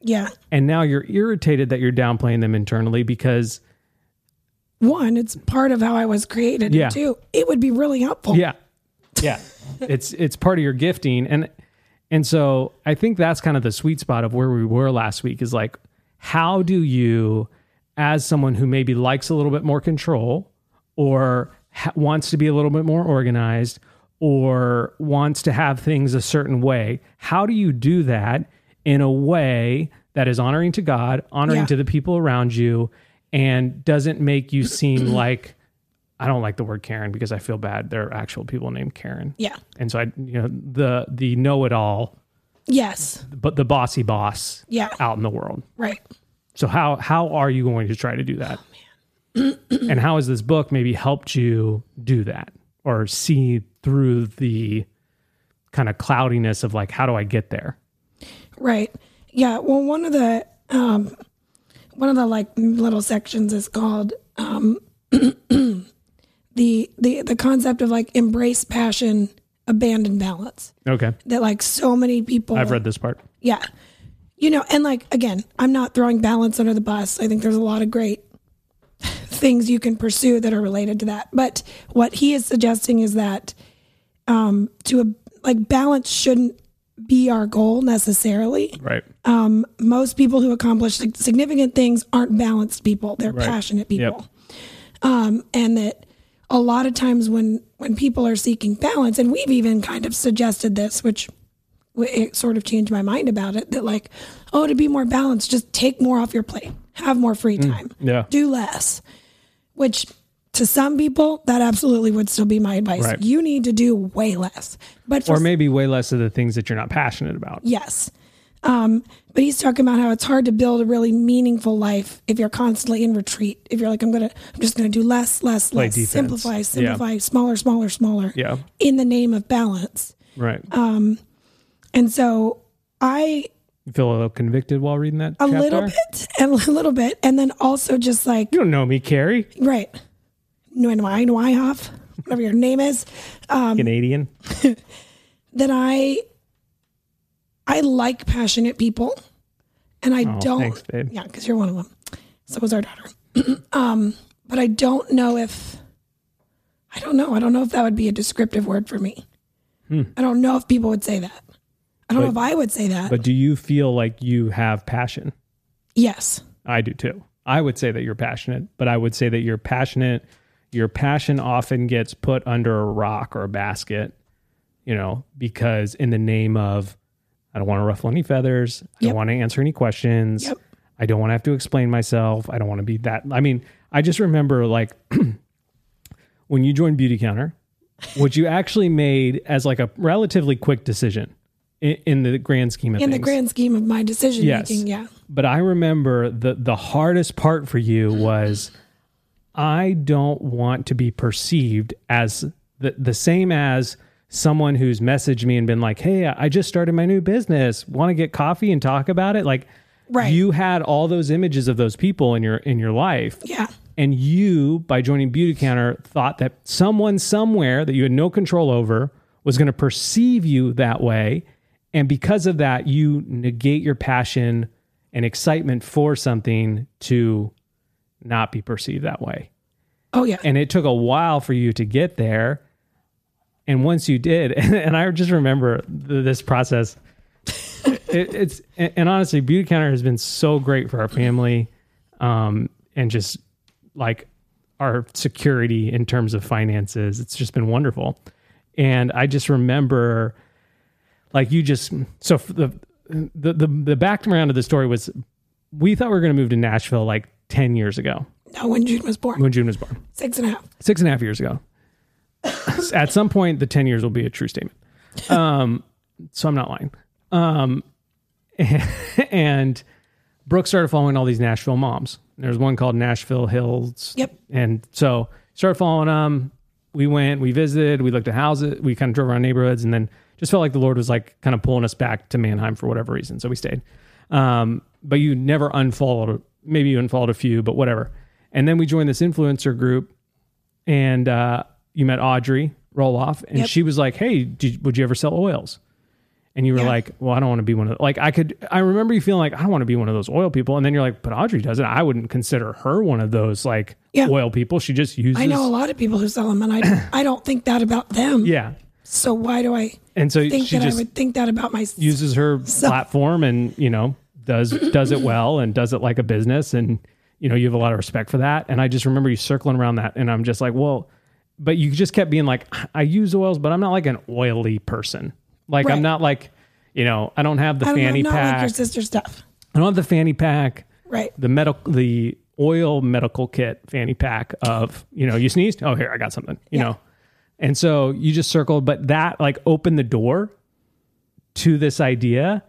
S2: Yeah.
S1: and now you're irritated that you're downplaying them internally because
S2: One, it's part of how I was created.
S1: Yeah.
S2: And two, it would be really helpful.
S1: yeah yeah it's it's part of your gifting and and so i think that's kind of the sweet spot of where we were last week is like how do you as someone who maybe likes a little bit more control or ha- wants to be a little bit more organized or wants to have things a certain way how do you do that in a way that is honoring to god honoring
S2: Yeah.
S1: to the people around you and doesn't make you seem like I don't like the word Karen because I feel bad. There are actual people named Karen.
S2: Yeah.
S1: And so I, you know, the the know it all,
S2: Yes.
S1: but the bossy boss,
S2: Yeah.
S1: out in the world.
S2: Right.
S1: So how how are you going to try to do
S2: Oh,
S1: that? and how has this book maybe helped you do that or see through the kind of cloudiness of like, how do I get there?
S2: Right. Yeah. Well, one of the um, one of the like little sections is called um, the the the concept of like embrace passion, abandon balance.
S1: Okay,
S2: That like so many people
S1: I've read this part.
S2: Yeah. You know, and like again, I'm not throwing balance under the bus. I think there's a lot of great things you can pursue that are related to that. But what he is suggesting is that um to a, like balance shouldn't be our goal necessarily.
S1: Right.
S2: Oh, Most people who accomplish sig- significant things aren't balanced people. They're
S1: Right.
S2: passionate
S1: Yep.
S2: people. Um and that a lot of times when when people are seeking balance and we've even kind of suggested this which w- it sort of changed my mind about it that like oh to be more balanced just take more off your plate have more free time
S1: Mm, yeah.
S2: do less which to some people that absolutely would still be my advice
S1: Right.
S2: you need to do way less but for
S1: Or maybe way less of the things that you're not passionate about.
S2: yes um, but he's talking about how it's hard to build a really meaningful life if you're constantly in retreat if you're like i'm gonna i'm just gonna do less less less
S1: defense.
S2: simplify
S1: Yeah.
S2: simplify smaller smaller smaller
S1: Yeah.
S2: in the name of balance
S1: Right.
S2: Uh, and so i
S1: you feel a little convicted while reading that.
S2: a little
S1: chapter?
S2: bit and a little bit and then also just like
S1: You don't know me, Carrie.
S2: right Nguyen Wai Hoff, whatever your name is Um,
S1: Canadian.
S2: that i i like passionate people and i
S1: Oh,
S2: don't
S1: thanks, babe.
S2: yeah because you're one of them so was our daughter um but i don't know if i don't know i don't know if that would be a descriptive word for me I don't know if people would say that. I don't know if
S1: Hmm. But-
S2: I would say that.
S1: But do you feel like you have passion?
S2: yes.
S1: I do too. I would say that you're passionate, but I would say that you're passionate. Your passion often gets put under a rock or a basket, you know, because in the name of, I don't want to ruffle any feathers. I
S2: Yep.
S1: don't want to answer any questions.
S2: Yep.
S1: I don't want to have to explain myself. I don't want to be that. I mean, I just remember like when you joined Beauty Counter, what you actually made as like a relatively quick decision in, in the grand scheme of
S2: In the
S1: things
S2: grand scheme of my decision
S1: Yes.
S2: making, yeah.
S1: but I remember the the hardest part for you was I don't want to be perceived as the the same as someone who's messaged me and been like, "Hey, I just started my new business. Want to get coffee and talk about it?" Like
S2: Right.
S1: you had all those images of those people in your in your life.
S2: Yeah.
S1: And you, by joining Beauty Counter, thought that someone somewhere that you had no control over was going to perceive you that way. And because of that, you negate your passion and excitement for something to not be perceived that way.
S2: Oh yeah.
S1: And it took a while for you to get there. And once you did, and I just remember th- this process. it, it's and and honestly, Beauty Counter has been so great for our family, um, and just like our security in terms of finances. It's just been wonderful. And I just remember, like you just so f- the the the, the background of the story was we thought we were going to move to Nashville like ten years ago
S2: no, when June was born.
S1: when June was born
S2: Six and a half.
S1: six and a half years ago. At some point, the 10 years will be a true statement. Um, so I'm not lying. Um, and Brooke started following all these Nashville moms. There's one called Nashville Hills.
S2: Yep.
S1: And so started following them. We went, we visited, we looked at houses, we kind of drove around neighborhoods, and then just felt like the Lord was like kind of pulling us back to Mannheim for whatever reason. So we stayed. Um, but you never unfollowed, maybe you unfollowed a few, but whatever. And then we joined this influencer group and uh, you met Audrey Roloff, and
S2: Yep.
S1: she was like, "Hey, did, would you ever sell oils?" And you were
S2: Yeah.
S1: like, "Well, I don't want to be one of like I could." I remember you feeling like I don't want to be one of those oil people, and then you're like, "But Audrey doesn't. I wouldn't consider her one of those like
S2: Yeah.
S1: oil people. She just uses
S2: I know a lot of people who sell them, and I I don't think that about them.
S1: yeah."
S2: So why do I
S1: And so
S2: think
S1: she
S2: that I
S1: just
S2: would think that about myself?
S1: uses her platform and you know does does it well and does it like a business and you know you have a lot of respect for that and i just remember you circling around that and i'm just like well but you just kept being like i use oils but i'm not like an oily person like i'm
S2: Right.
S1: not like you know i don't have the
S2: I don't
S1: fanny
S2: know, not like
S1: pack
S2: your sister stuff.
S1: i don't have the fanny pack
S2: Right.
S1: the medical the oil medical kit fanny pack of you know you sneezed oh here i got something you
S2: Yeah.
S1: know and so you just circled but that like opened the door to this idea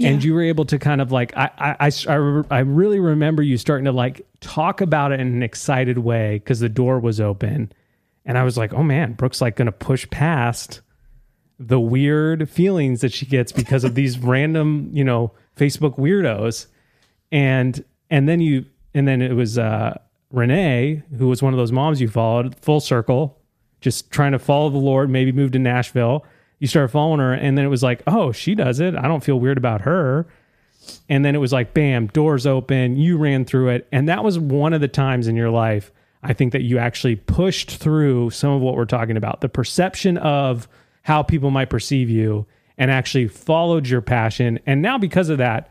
S1: and
S2: Yeah.
S1: you were able to kind of like I, I- I s- I re- I really remember you starting to like talk about it in an excited way because the door was open and i was like oh man brooke's like gonna push past the weird feelings that she gets because of these random you know facebook weirdos and and then you and then it was uh renee who was one of those moms you followed full circle just trying to follow the lord maybe moved to nashville you started following her and then it was like oh she does it i don't feel weird about her and then it was like bam doors open you ran through it and that was one of the times in your life i think that you actually pushed through some of what we're talking about the perception of how people might perceive you and actually followed your passion and now because of that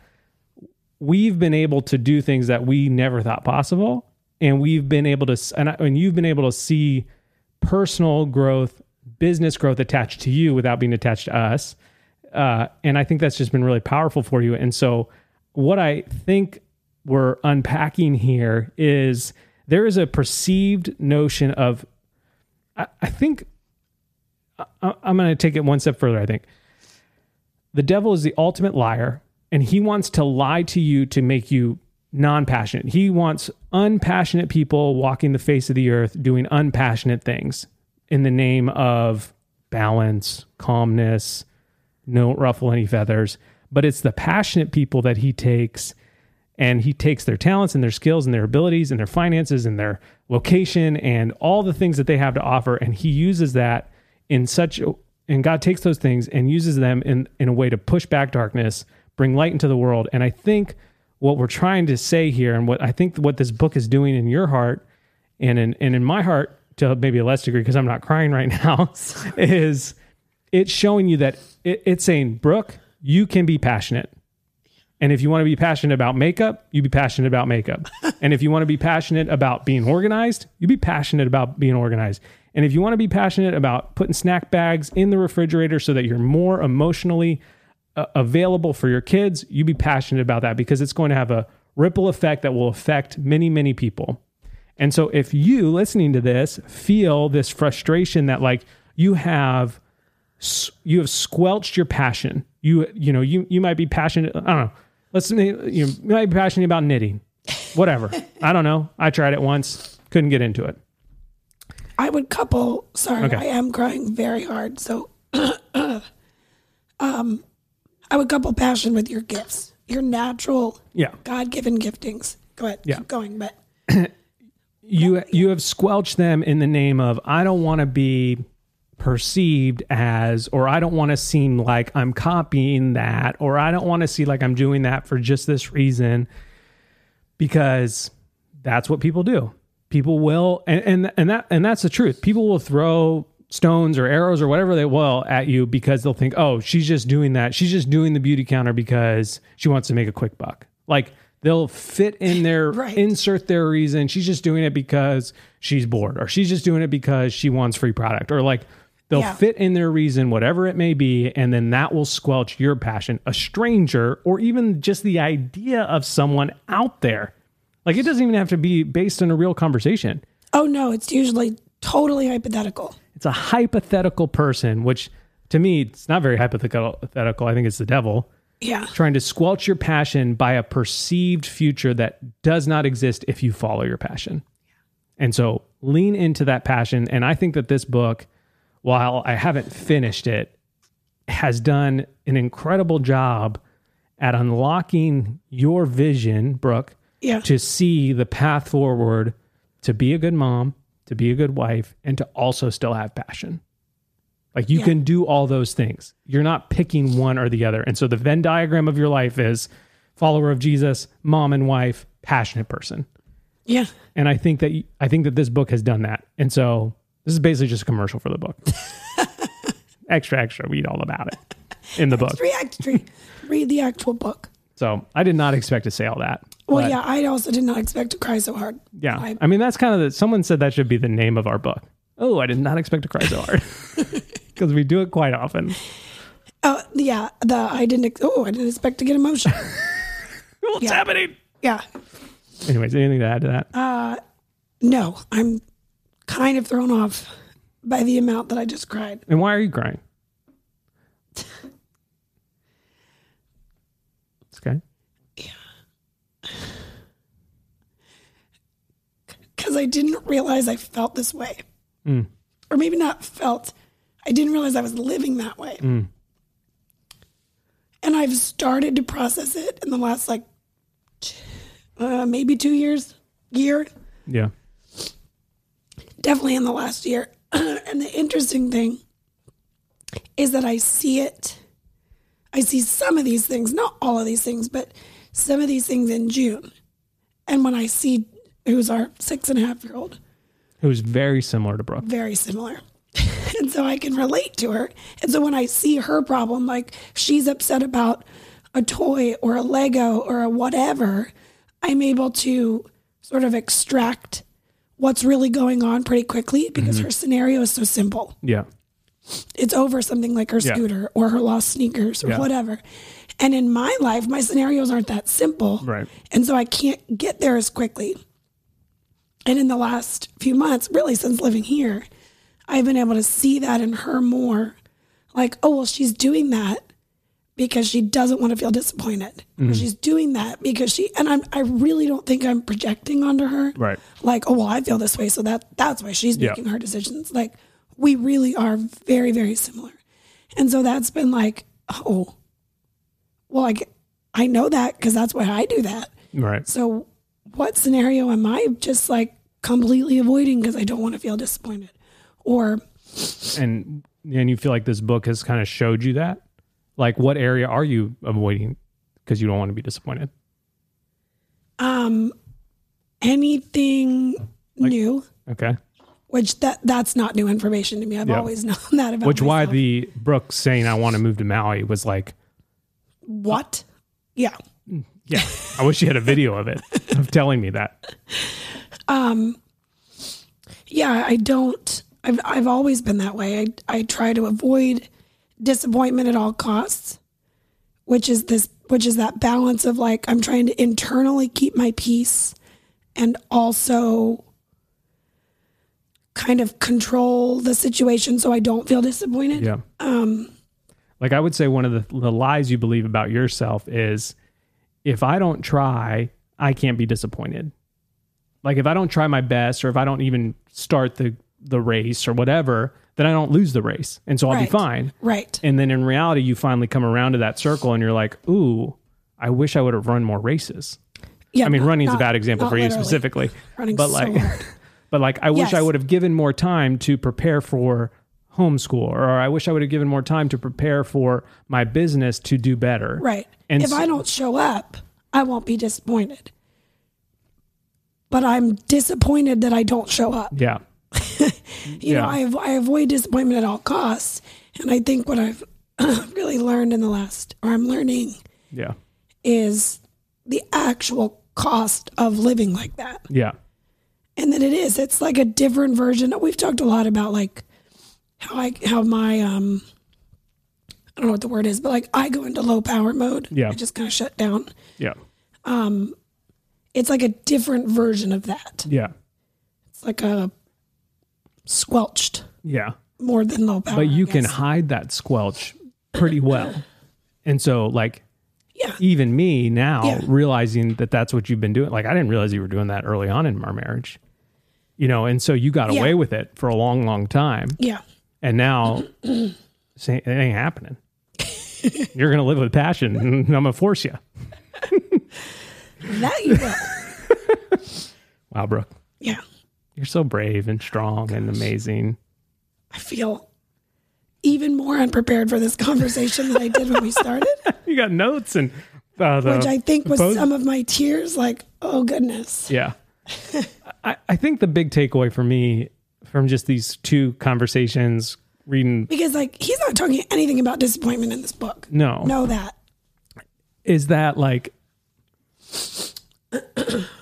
S1: we've been able to do things that we never thought possible and we've been able to and, I, and you've been able to see personal growth business growth attached to you without being attached to us uh, and i think that's just been really powerful for you and so what i think we're unpacking here is there is a perceived notion of i, I think I, i'm going to take it one step further i think the devil is the ultimate liar and he wants to lie to you to make you non-passionate he wants unpassionate people walking the face of the earth doing unpassionate things in the name of balance calmness don't ruffle any feathers but it's the passionate people that he takes and he takes their talents and their skills and their abilities and their finances and their location and all the things that they have to offer and he uses that in such a- and God takes those things and uses them in in a way to push back darkness bring light into the world and I think what we're trying to say here and what I think what this book is doing in your heart and in and in my heart to maybe a less degree because I'm not crying right now is it's showing you that it, it's saying, Brooke, you can be passionate. And if you want to be passionate about makeup, you be passionate about makeup. and if you want to be passionate about being organized, you be passionate about being organized. And if you want to be passionate about putting snack bags in the refrigerator so that you're more emotionally uh, available for your kids, you be passionate about that because it's going to have a ripple effect that will affect many, many people. And so if you listening to this feel this frustration that like you have s- you have squelched your passion. You you know, you you might be passionate, I don't know. Let's say you might be passionate about knitting. Whatever. I don't know. I tried it once, couldn't get into it.
S2: I would couple. Sorry,
S1: Okay.
S2: I am crying very hard. So, um, I would couple passion with your gifts, your natural,
S1: Yeah.
S2: God-given giftings. Go ahead,
S1: Yeah.
S2: keep going. But
S1: you you have squelched them in the name of I don't want to be perceived as or I don't want to seem like I'm copying that or I don't want to see like I'm doing that for just this reason because that's what people do. People will and and, and that and that's the truth. People will throw stones or arrows or whatever they will at you because they'll think, "Oh, she's just doing that. She's just doing the beauty counter because she wants to make a quick buck." Like they'll fit in their
S2: Right.
S1: insert their reason. She's just doing it because she's bored or she's just doing it because she wants free product or like they'll
S2: Yeah.
S1: fit in their reason whatever it may be and then that will squelch your passion. A stranger or even just the idea of someone out there like it doesn't even have to be based on a real conversation.
S2: oh no, it's usually totally hypothetical.
S1: It's a hypothetical person, which to me it's not very hypothetical. I think it's the devil
S2: Yeah,
S1: trying to squelch your passion by a perceived future that does not exist if you follow your passion. And so lean into that passion. And I think that this book, while I haven't finished it, has done an incredible job at unlocking your vision, Brooke,
S2: yeah.
S1: to see the path forward to be a good mom, to be a good wife, and to also still have passion. Like you
S2: Yeah.
S1: can do all those things. You're not picking one or the other. And so the Venn diagram of your life is follower of Jesus, mom and wife, passionate person.
S2: Yeah.
S1: And I think that I think that this book has done that. And so this is basically just a commercial for the book. extra, extra, read all about it in the book.
S2: React, re- read the actual book.
S1: So I did not expect to say all that.
S2: Well,
S1: but-
S2: yeah, I also did not expect to cry so hard.
S1: Yeah. I,
S2: I-
S1: mean, that's kind of the, someone said that should be the name of our book. Oh, I did not expect to cry so hard because we do it quite often.
S2: Oh, yeah. The I didn't. ex- Oh, I didn't expect to get emotional.
S1: What's
S2: Yeah.
S1: Oh, happening?
S2: yeah.
S1: Anyways, anything to add to that?
S2: No, I'm kind of thrown off by the amount that I just cried.
S1: and why are you crying? It's okay.
S2: because I didn't realize I felt this way. Or maybe not felt, I didn't realize I was living that way. And I've started to process it in the last like t- uh, maybe two years, year,
S1: Yeah.
S2: definitely in the last year. and the interesting thing is that I see it. I see some of these things, not all of these things, but some of these things in June. And when I see who's our six and a half year old,
S1: Who's very similar to Brooke.
S2: very similar. and so I can relate to her. And so when I see her problem, like she's upset about a toy or a Lego or a whatever, I'm able to sort of extract what's really going on pretty quickly because her scenario is so simple.
S1: Yeah.
S2: It's over something like her
S1: Yeah.
S2: scooter or her lost sneakers or
S1: Yeah.
S2: whatever. And in my life, my scenarios aren't that simple.
S1: Right.
S2: And so I can't get there as quickly. And in the last few months, really since living here, I've been able to see that in her more. Like, oh, well, she's doing that because she doesn't want to feel disappointed.
S1: Mm-hmm.
S2: Or she's doing that because she, and I'm, I really don't think I'm projecting onto her.
S1: Right.
S2: Like, oh, well, I feel this way. So that, that's why she's
S1: Yeah.
S2: making her decisions. Like, we really are very, very similar. And so that's been like, oh, well, I, get- I know that because that's why I do that.
S1: Right.
S2: So, what scenario am I just like completely avoiding because I don't want to feel disappointed? Or,
S1: And and you feel like this book has kind of showed you that? Like what area are you avoiding because you don't want to be disappointed?
S2: um, anything new,
S1: Okay.
S2: which that that's not new information to me. I've
S1: Yeah.
S2: always known that about
S1: Which why
S2: myself.
S1: the Brooks saying I want to move to Maui was like,
S2: what? Yeah.
S1: yeah, I wish you had a video of it of telling me that.
S2: yeah i don't i've i've always been that way i i try to avoid disappointment at all costs which is this which is that balance of like i'm trying to internally keep my peace and also kind of control the situation so i don't feel disappointed
S1: Yeah. Um like I would say one of the, the lies you believe about yourself is if I don't try, I can't be disappointed. Like if I don't try my best or if I don't even start the the race or whatever, then I don't lose the race. And so I'll
S2: Right.
S1: be fine.
S2: right
S1: And then in reality, you finally come around to that circle and you're like, ooh, I wish I would have run more races.
S2: yeah
S1: I mean,
S2: not-
S1: running's
S2: not-
S1: a bad example
S2: not
S1: for you
S2: literally.
S1: specifically.
S2: Running's
S1: but
S2: so
S1: like,
S2: hard.
S1: but like, I wish I
S2: Yes.
S1: would have given more time to prepare for homeschool, or I wish I would have given more time to prepare for my business to do better.
S2: Right.
S1: And
S2: if
S1: so-
S2: I don't show up, I won't be disappointed. But I'm disappointed that I don't show up.
S1: Yeah.
S2: You
S1: Yeah.
S2: know, I, av- I avoid disappointment at all costs. And I think what I've really learned in the last, or I'm learning,
S1: Yeah.
S2: is the actual cost of living like that.
S1: Yeah.
S2: And that it is, it's like a different version. We've talked a lot about like how I, how my, um, I don't know what the word is, but like I go into low power mode.
S1: Yeah.
S2: I just kind of shut down.
S1: Yeah.
S2: it's like a different version of that.
S1: Yeah.
S2: It's like a squelched
S1: Yeah.
S2: more than low power.
S1: But you
S2: I
S1: can
S2: guess.
S1: hide that squelch pretty well. And so, like,
S2: yeah,
S1: even me now
S2: Yeah.
S1: realizing that that's what you've been doing. Like I didn't realize you were doing that early on in our marriage, you know. And so you got
S2: Yeah.
S1: away with it for a long, long time,
S2: yeah,
S1: and now say, it ain't happening. You're gonna live with passion, and I'm gonna force you.
S2: that you will.
S1: Wow, Brooke,
S2: yeah,
S1: you're so brave and strong and amazing.
S2: I feel even more unprepared for this conversation than I did when we started,
S1: You got notes and uh, the,
S2: which I think was
S1: pos-
S2: some of my tears. Like, oh goodness,
S1: Yeah. I, I think the big takeaway for me from just these two conversations, reading,
S2: because like he's not talking anything about disappointment in this book.
S1: no,
S2: Know that,
S1: is that like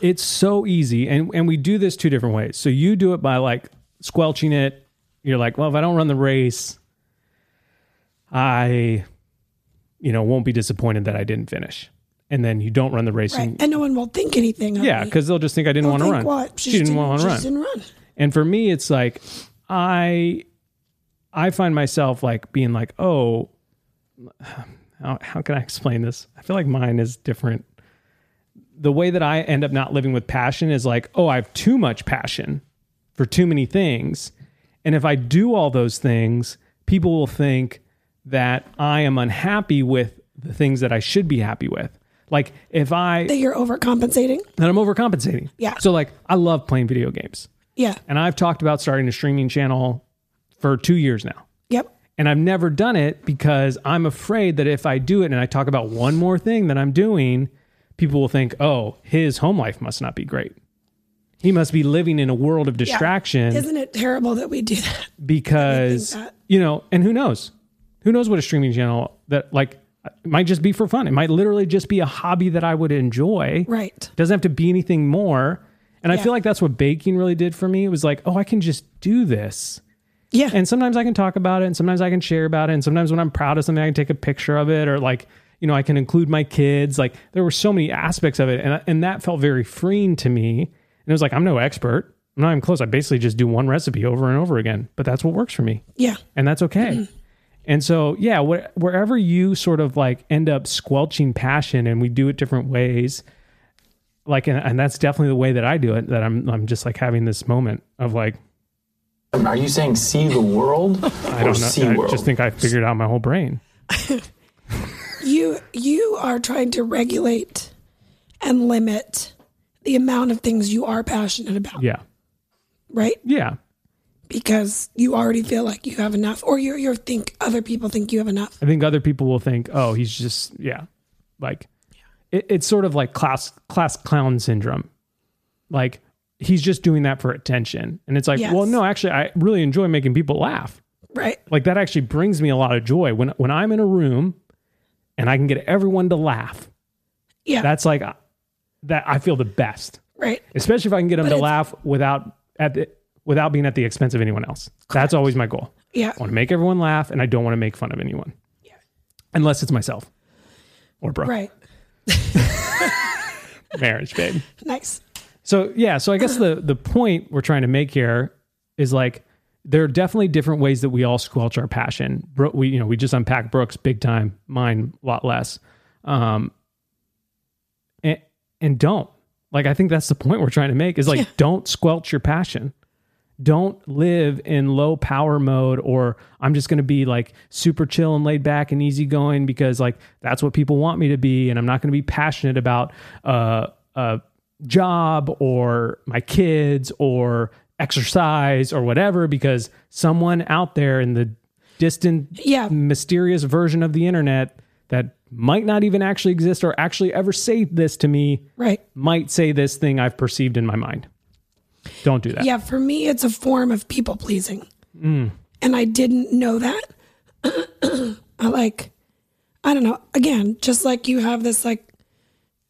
S1: it's so easy and and we do this two different ways so you do it by like squelching it you're like well if i don't run the race i you know won't be disappointed that i didn't finish and then you don't run the race
S2: right?
S1: and,
S2: And no one will think anything. Of
S1: yeah
S2: me.
S1: because they'll just think i didn't
S2: They'll
S1: want to
S2: think,
S1: run
S2: What?
S1: she didn't want to
S2: she
S1: run
S2: just Didn't run.
S1: and for me, it's like I I find myself like being like, oh, how, how can I explain this? I feel like mine is different. The way that I end up not living with passion is like, oh, I have too much passion for too many things. And if I do all those things, people will think that I am unhappy with the things that I should be happy with. Like if I
S2: That you're overcompensating.
S1: that I'm overcompensating.
S2: Yeah.
S1: So like I love playing video games.
S2: Yeah.
S1: And I've talked about starting a streaming channel for two years now.
S2: Yep.
S1: And I've never done it because I'm afraid that if I do it and I talk about one more thing that I'm doing, people will think, oh, his home life must not be great. He must be living in a world of
S2: Yeah.
S1: distraction
S2: Isn't it terrible that we do that?
S1: because,
S2: that.
S1: you know, and who knows? Who knows what a streaming channel that like it might just be for fun? It might literally just be a hobby that I would enjoy.
S2: Right.
S1: Doesn't have to be anything more. And I
S2: Yeah.
S1: feel like that's what baking really did for me. It was like, oh, I can just do this.
S2: Yeah.
S1: And sometimes I can talk about it and sometimes I can share about it. And sometimes when I'm proud of something, I can take a picture of it or like, you know, I can include my kids. Like there were so many aspects of it. And, and that felt very freeing to me. And it was like, I'm no expert. I'm not even close. I basically just do one recipe over and over again, but that's what works for me
S2: yeah.
S1: and that's okay. and so, yeah, wh- wherever you sort of like end up squelching passion, and we do it different ways. Like, and, and that's definitely the way that I do it. That I'm, I'm just like having this moment of like,
S9: Are you saying see the world
S1: I
S9: or
S1: don't
S9: sea
S1: know. I
S9: world?
S1: just think I figured out my whole brain.
S2: you you are trying to regulate and limit the amount of things you are passionate about
S1: Yeah,
S2: right
S1: yeah,
S2: because you already feel like you have enough or you you think other people think you have enough
S1: I think other people will think, oh, he's just yeah, like it, it's sort of like class class clown syndrome. Like he's just doing that for attention. And it's like,
S2: Yes.
S1: well, no, actually, I really enjoy making people laugh.
S2: Right.
S1: Like that actually brings me a lot of joy when when I'm in a room and I can get everyone to laugh.
S2: Yeah.
S1: That's like that I feel the best,
S2: right.
S1: especially if I can get them
S2: But
S1: to
S2: it's-
S1: laugh without at the without being at the expense of anyone else. That's always my goal.
S2: Yeah.
S1: I want to make everyone laugh, and I don't want to make fun of anyone. Unless it's myself or bro.
S2: Right.
S1: Marriage, babe.
S2: Nice.
S1: So yeah, so I guess the the point we're trying to make here is like there are definitely different ways that we all squelch our passion. Bro, we you know we just unpack Brooks big time, mine a lot less, um, and and don't like I think that's the point we're trying to make is like don't squelch your passion. Don't live in low power mode or I'm just going to be like super chill and laid back and easygoing because like that's what people want me to be and I'm not going to be passionate about uh uh job or my kids or exercise or whatever because someone out there in the distant
S2: Yeah.
S1: mysterious version of the internet that might not even actually exist or actually ever say this to me
S2: Right.
S1: might say this thing I've perceived in my mind. Don't do that.
S2: Yeah, for me, it's a form of people pleasing.
S1: Mm.
S2: And I didn't know that. I like, I don't know. Again, just like you have this like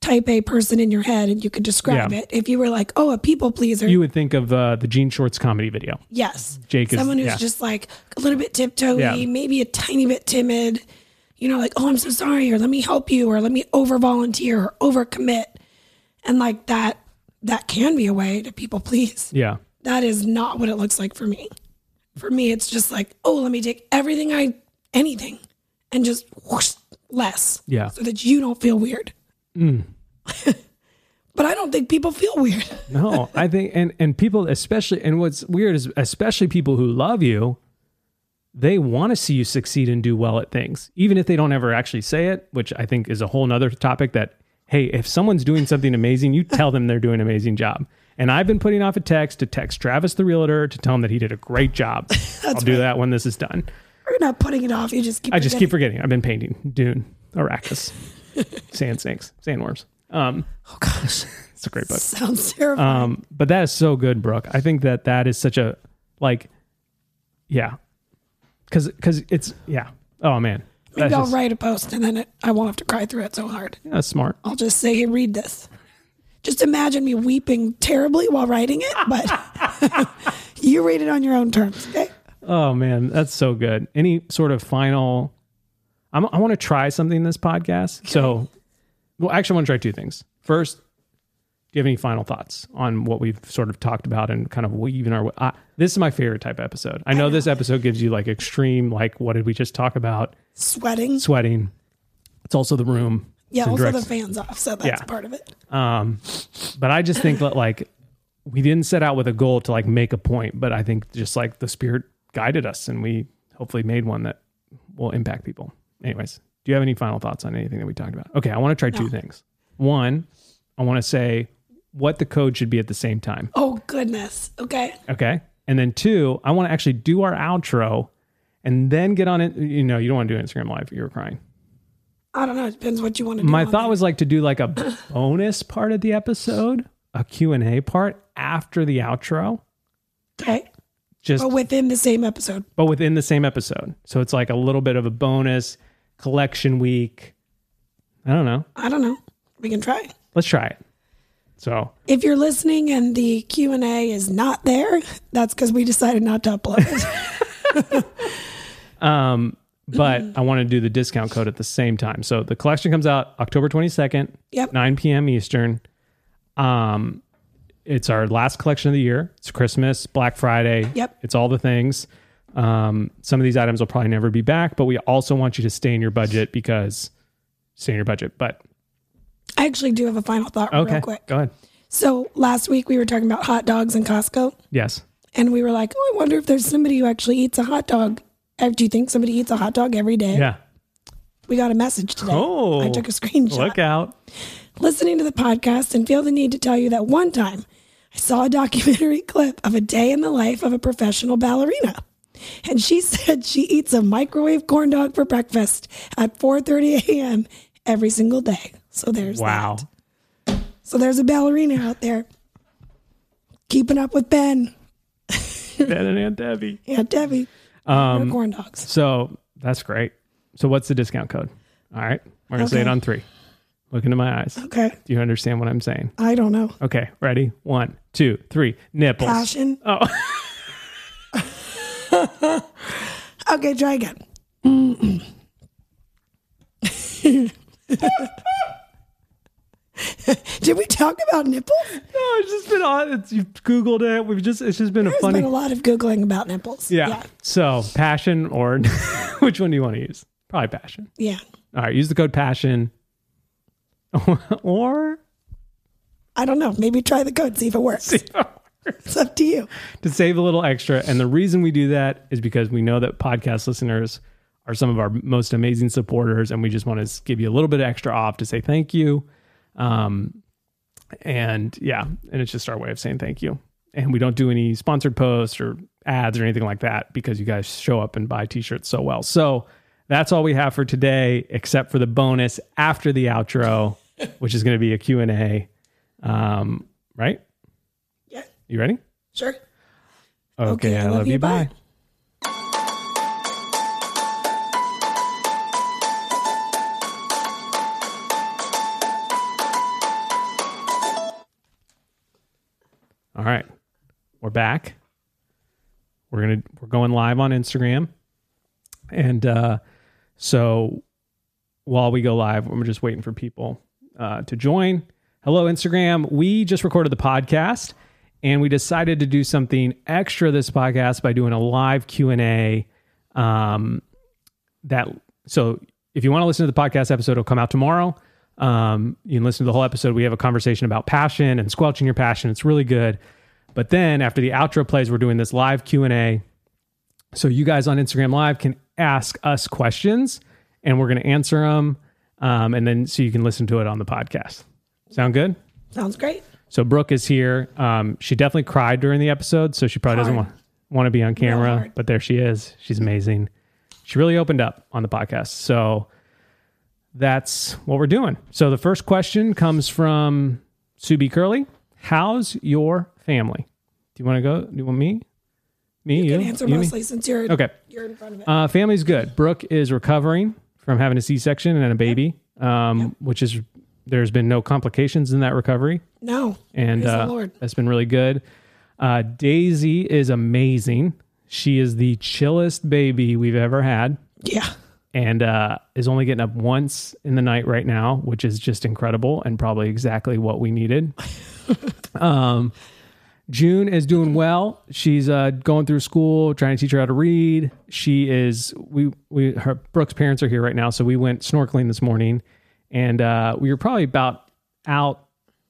S2: type A person in your head and you could describe
S1: Yeah.
S2: it. If you were like, oh, a people pleaser,
S1: You would think of uh, the Gene Shorts comedy video.
S2: yes.
S1: Jake is-
S2: Someone who's
S1: yeah.
S2: just like a little bit tiptoey,
S1: Yeah.
S2: maybe a tiny bit timid, you know, like, oh, I'm so sorry, or let me help you, or let me over volunteer or over commit. And like that, that can be a way to people please
S1: Yeah.
S2: that is not what it looks like for me. For me, it's just like, oh, let me take everything I, anything, and just whoosh, less.
S1: Yeah. Mm.
S2: So that you don't feel weird. but I don't think people feel weird.
S1: No, I think and and people especially and what's weird is especially people who love you, they want to see you succeed and do well at things, even if they don't ever actually say it, which I think is a whole nother topic that hey, if someone's doing something amazing, you tell them they're doing an amazing job. And I've been putting off a text to text Travis the realtor to tell him that he did a great job. I'll do that when this is done.
S2: You're not putting it off. You just keep.
S1: I just keep
S2: forgetting.
S1: forgetting. I've been painting Dune, Arrakis, Sand Snakes, Sandworms. Um,
S2: Oh gosh,
S1: it's a great book.
S2: sounds terrible.
S1: Um, but that is so good, Brooke. I think that that is such a like, yeah, because because it's yeah. Oh man,
S2: Maybe
S1: that's
S2: I'll
S1: just-
S2: write a post and then it, I won't have to cry through it so hard.
S1: yeah, that's smart.
S2: I'll just say, hey, read this. Just imagine me weeping terribly while writing it, but you read it on your own terms. Okay.
S1: Oh man, that's so good. Any sort of final? I'm, I want to try something this podcast. So, well, actually, I want to try two things. First, do you have any final thoughts on what we've sort of talked about and kind of weaving our? Uh, this is my favorite type of episode. I know this episode gives you like extreme, like what did we just talk about?
S2: Sweating.
S1: Sweating. It's also the room.
S2: Yeah,
S1: It's a
S2: also
S1: direct-
S2: the fans off, so that's
S1: Yeah.
S2: part of it.
S1: Um, but I just think that like we didn't set out with a goal to like make a point, but I think just like the spirit guided us and we hopefully made one that will impact people. Anyways, do you have any final thoughts on anything that we talked about? Okay, I want to try two things. One, I want to say what the code should be at the same time.
S2: Oh goodness. Okay.
S1: Okay. And then two, I want to actually do our outro and then get on it. You know, you don't want to do Instagram live. You were crying.
S2: I don't know. It depends what you want to do.
S1: my
S2: on
S1: thought
S2: there.
S1: was like to do like a bonus part of the episode a q&a part after the outro
S2: okay,
S1: just
S2: but within the same episode.
S1: but within the same episode so it's like a little bit of a bonus collection week i don't know
S2: I don't know. We can try.
S1: let's try it so
S2: If you're listening and the Q and A is not there, that's because we decided not to upload it.
S1: um but i want to do the discount code at the same time so the collection comes out october 22nd
S2: Yep.
S1: 9 p.m eastern um it's our last collection of the year it's christmas black friday
S2: Yep.
S1: it's all the things um some of these items will probably never be back but we also want you to stay in your budget because stay in your budget but
S2: I actually do have a final thought,
S1: okay
S2: real quick.
S1: go ahead
S2: So last week we were talking about hot dogs in Costco,
S1: yes
S2: and we were like, "Oh, I wonder if there's somebody who actually eats a hot dog." Uh, Do you think somebody eats a hot dog every day?
S1: yeah
S2: We got a message today.
S1: Oh.
S2: I took a screenshot.
S1: look out
S2: listening to the podcast and feel the need to tell you that one time I saw a documentary clip of a day in the life of a professional ballerina. And she said she eats a microwave corn dog for breakfast at 4:30 a.m. every single day. So there's
S1: wow
S2: that. So there's a ballerina out there Keeping up with Ben.
S1: Ben and Aunt Debbie.
S2: Yeah, Debbie. Um, corn dogs.
S1: So that's great. So what's the discount code? All right. We're going to say it
S2: Okay.
S1: on three. Look into my eyes.
S2: Okay.
S1: Do you understand what I'm saying?
S2: I don't know.
S1: Okay. Ready? One, two, three. Nipples.
S2: Passion.
S1: Oh.
S2: Okay, try again. Did we talk about nipples?
S1: No, it's just been on. It's, you've Googled it. We've just, it's just been a
S2: There's
S1: funny.
S2: been a lot of Googling about nipples.
S1: yeah.
S2: Yeah.
S1: So passion or which one do you want to use? Probably passion.
S2: yeah.
S1: All right. Use the code passion or
S2: I don't know. Maybe try the code, see if it works. It's up to you.
S1: to save a little extra. And the reason we do that is because we know that podcast listeners are some of our most amazing supporters, and we just want to give you a little bit extra off to say thank you. Um, and yeah, and it's just our way of saying thank you. And we don't do any sponsored posts or ads or anything like that because you guys show up and buy t-shirts so well. So that's all we have for today, except for the bonus after the outro, which is going to be a Q and A. Um, right?
S2: Yeah.
S1: You ready?
S2: Sure.
S1: Okay, I, love, you. Bye. All right. We're back. We're gonna we're going live on Instagram. And uh so while we go live, we're just waiting for people uh, to join. Hello, Instagram. We just recorded the podcast, and we decided to do something extra this podcast by doing a live Q and A. Um, that so if you want to listen to the podcast episode, it'll come out tomorrow. Um, you can listen to the whole episode. We have a conversation about passion and squelching your passion. It's really good. But then after the outro plays, we're doing this live Q and A. So you guys on Instagram Live can ask us questions, and we're going to answer them, um, and then so you can listen to it on the podcast. Sound good?
S2: Sounds great.
S1: So Brooke is here. Um, she definitely cried during the episode, so she probably doesn't
S2: Hard.
S1: want want to be on camera.
S2: hard.
S1: But there she is. She's amazing. She really opened up on the podcast. So that's what we're doing. So the first question comes from Subi Curley. How's your family? Do you want to go? Do you want me? Me? You?
S2: You can answer
S1: You, me?
S2: mostly since you're
S1: Okay.
S2: you're in front of it.
S1: Uh, family's good. Brooke is recovering from having a C-section and a baby, um, which is there's been no complications in that recovery,
S2: no.
S1: and
S2: Praise the
S1: uh,
S2: Lord.
S1: that's been really good. Uh, Daisy is amazing. She is the chillest baby we've ever had,
S2: Yeah.
S1: and uh, is only getting up once in the night right now, which is just incredible and probably exactly what we needed. um, June is doing well. She's uh, going through school, trying to teach her how to read. She is we we her Brooke's parents are here right now, so we went snorkeling this morning, and uh, we were probably about out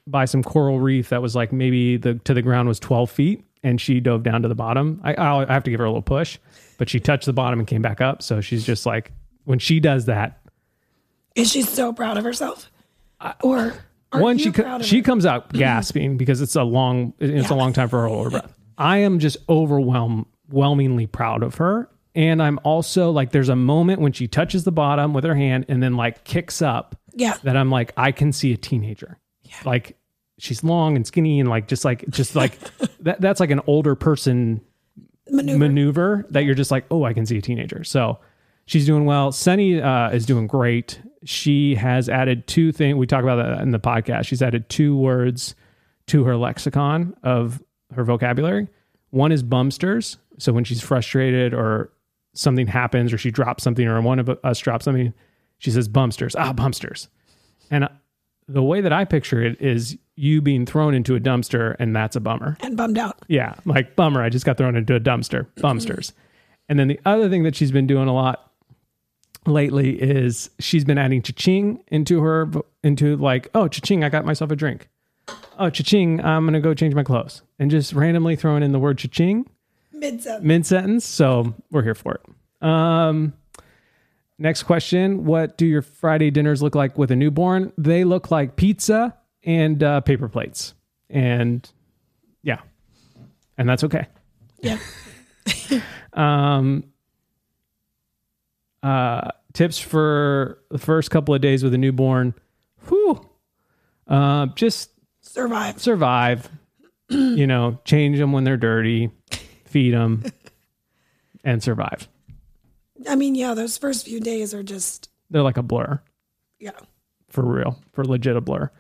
S1: by some coral reef that was like maybe the to the ground was twelve feet, and she dove down to the bottom. I I'll, I have to give her a little push, but she touched the bottom and came back up. So she's just like when she does that,
S2: Is she so proud of herself? or are
S1: one
S2: you
S1: she co-
S2: proud of
S1: she
S2: her?
S1: comes out gasping because it's a long it's a
S2: Yeah.
S1: long time for her to hold her breath. I am just overwhelm- overwhelmingly proud of her, and I'm also like there's a moment when she touches the bottom with her hand and then like kicks up
S2: Yeah.
S1: that I'm like I can see a teenager, like she's long and skinny and like just like just like that that's like an older person
S2: Maneuver.
S1: maneuver that you're just like, oh, I can see a teenager. So she's doing well. Sunny uh, is doing great. She has added two things. We talk about that in the podcast. She's added two words to her lexicon of her vocabulary. One is bumsters. So when she's frustrated or something happens or she drops something or one of us drops something, she says bumsters. Ah, bumsters. And uh, the way that I picture it is you being thrown into a dumpster and that's a bummer.
S2: and bummed out.
S1: Yeah, like bummer. I just got thrown into a dumpster. Bumsters. and then the other thing that she's been doing a lot lately is she's been adding cha-ching into her into like oh cha-ching I got myself a drink. Oh cha-ching I'm gonna go change my clothes and just randomly throwing in the word cha-ching
S2: Mid sentence.
S1: mid sentence. So we're here for it. Um, next question: What do your Friday dinners look like with a newborn? They look like pizza and uh, paper plates, and yeah, and that's okay.
S2: Yeah.
S1: Uh, tips for the first couple of days with a newborn. Whew. Uh, just
S2: Survives.
S1: survive. you know, change them when they're dirty, feed them, and survive.
S2: I mean, yeah, those first few days are just
S1: They're like a blur.
S2: yeah.
S1: for real, for legit a blur.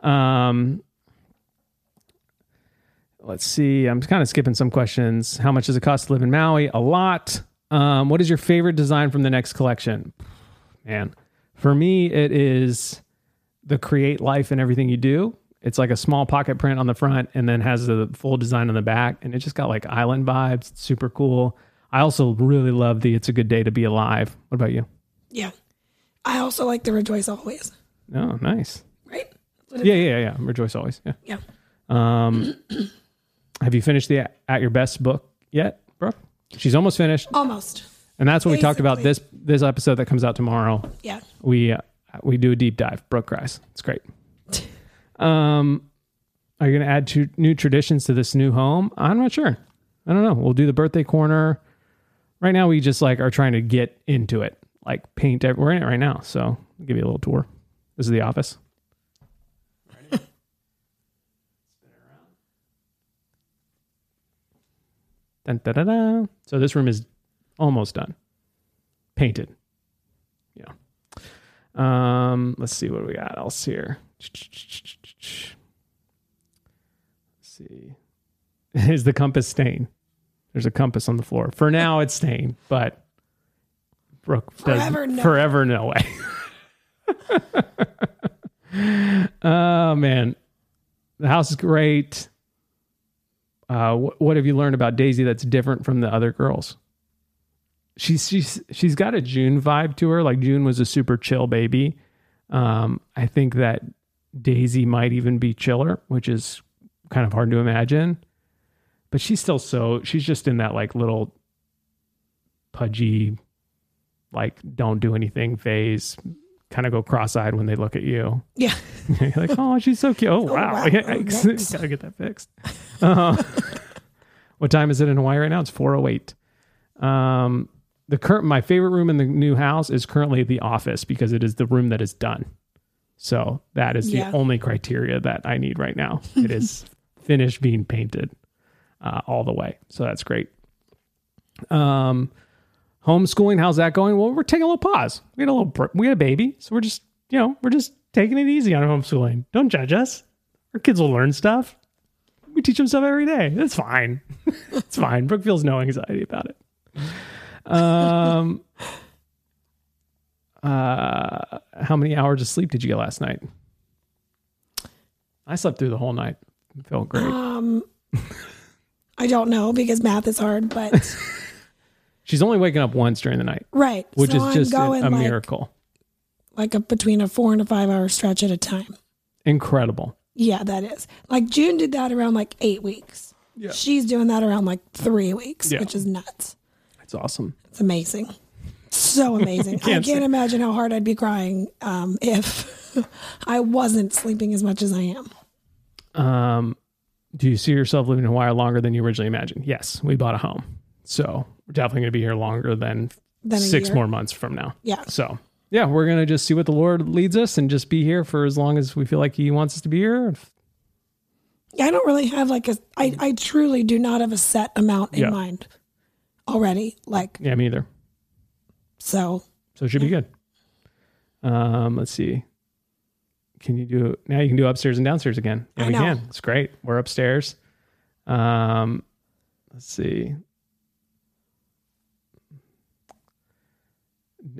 S1: Um, let's see. I'm kind of skipping some questions. How much does it cost to live in Maui? A lot. Um, what is your favorite design from the next collection? Man, for me, it is the create life and everything you do. It's like a small pocket print on the front and then has the full design on the back. And it just got like island vibes. It's super cool. I also really love the It's a Good Day to Be Alive. What about you?
S2: Yeah. I also like the rejoice always,
S1: Oh, nice.
S2: right?
S1: Yeah, yeah, yeah. Rejoice always. Yeah.
S2: Yeah.
S1: Um, have you finished the At Your Best book yet, Brooke? She's almost finished,
S2: Almost.
S1: and that's what we talked about this
S2: Basically.
S1: this episode that comes out tomorrow.
S2: Yeah.
S1: We uh, we do a deep dive. Brooke cries. It's great. Um, are you going to add two new traditions to this new home? I'm not sure. I don't know. We'll do the birthday corner. Right now, we just like are trying to get into it, like paint. ev- We're in it right now, so I'll give you a little tour. This is the office. Dun, da, da, da. So this room is almost done, painted. Yeah. Um, let's see what we got else here. Let's see. Is the compass stained? There's a compass on the floor. For now, it's stained, but Brooke does
S2: Forever, no.
S1: forever no way. oh man, the house is great. Uh, wh- what have you learned about Daisy that's different from the other girls? she's she's she's got a June vibe to her. Like June was a super chill baby. Um, I think that Daisy might even be chiller, which is kind of hard to imagine. But she's still so she's just in that like little pudgy, like don't do anything phase. Kind of go cross-eyed when they look at you.
S2: Yeah.
S1: You're like, oh, she's so cute. Oh, wow.
S2: wow.
S1: Yikes.
S2: Yikes.
S1: Gotta get that fixed. Uh, what time is it in Hawaii right now? It's 408. Um, the current my favorite room in the new house is currently the office because it is the room that is done. So that is
S2: Yeah.
S1: the only criteria that I need right now. It is finished being painted uh, all the way. So that's great. Um, homeschooling, how's that going? Well, we're taking a little pause. We had a little, br- we had a baby, so we're just, you know, we're just taking it easy on homeschooling. Don't judge us. Our kids will learn stuff. We teach them stuff every day. That's fine. it's fine. Brooke feels no anxiety about it. Um, uh, how many hours of sleep did you get last night? I slept through the whole night. I felt great.
S2: I don't know because math is hard, but
S1: She's only waking up once during the night,
S2: right.
S1: which
S2: so
S1: is
S2: I'm
S1: just a,
S2: going
S1: a
S2: like,
S1: miracle.
S2: Like a, between a four and a five hour stretch at a time.
S1: Incredible.
S2: Yeah, that is. Like June did that around like eight weeks. Yeah. She's doing that around like three weeks,
S1: Yeah.
S2: which is nuts.
S1: It's awesome.
S2: It's amazing. So amazing. I
S1: Can't
S2: can't
S1: say.
S2: imagine how hard I'd be crying um, if I wasn't sleeping as much as I am.
S1: Um, do you see yourself living in Hawaii longer than you originally imagined? Yes, we bought a home, so we're definitely going to be here longer than,
S2: Than a
S1: six
S2: year.
S1: more months from now.
S2: Yeah.
S1: So yeah, we're going to just see what the Lord leads us and just be here for as long as we feel like He wants us to be here. If-
S2: Yeah, I don't really have like a. I I truly do not have a set amount in
S1: Mm. Yeah.
S2: mind already. Like
S1: Yeah, me either.
S2: so,
S1: So it should be good. Um, let's see. Can you do now? You can do upstairs and downstairs again. Yeah,
S2: I
S1: we
S2: know.
S1: can. It's great. We're upstairs. Um, let's see.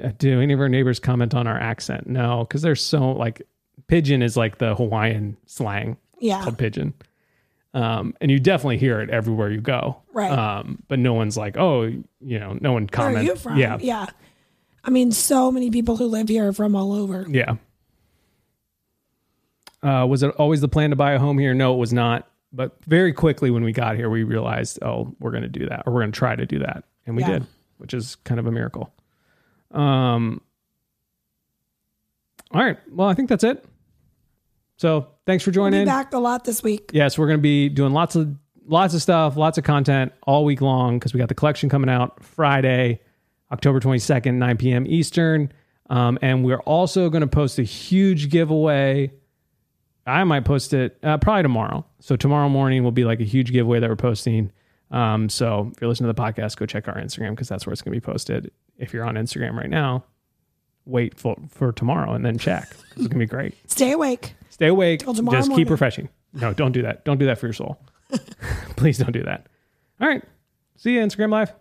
S1: Uh, Do any of our neighbors comment on our accent? No, because they're so like pigeon is like the Hawaiian slang
S2: yeah,
S1: called pigeon. Um, and you definitely hear it everywhere you go.
S2: Right.
S1: Um, but no one's like, oh, you know, no one
S2: where are
S1: comments.
S2: you from?
S1: Yeah.
S2: yeah. I mean, so many people who live here are from all over.
S1: Yeah. Uh, was it always the plan to buy a home here? No, it was not. But very quickly when we got here, we realized, oh, we're going to do that, or we're going to try to do that, and we
S2: Yeah.
S1: did, which is kind of a miracle. Um. All right. Well, I think that's it. So thanks for
S2: We'll
S1: joining.
S2: be back a lot this week.
S1: Yes, we're going to be doing lots of lots of stuff, lots of content all week long because we got the collection coming out Friday, October twenty second, nine p.m. Eastern, um, and we're also going to post a huge giveaway I might post it uh, probably tomorrow. So tomorrow morning will be like a huge giveaway that we're posting. Um, so if you're listening to the podcast, go check our Instagram because that's where it's going to be posted. If you're on Instagram right now, wait for, for tomorrow and then check. 'cause It's going to be great.
S2: Stay awake.
S1: Stay awake. Just
S2: tomorrow
S1: keep
S2: morning.
S1: refreshing. No, don't do that. Don't do that for your soul. Please don't do that. All right. See you Instagram live.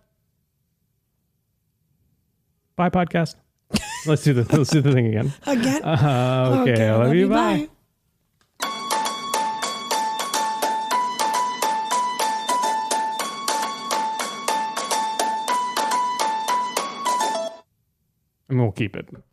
S1: Bye podcast. let's do the let's do the thing again.
S2: Again.
S1: Uh, okay, I love, you. bye. I'm gonna keep it.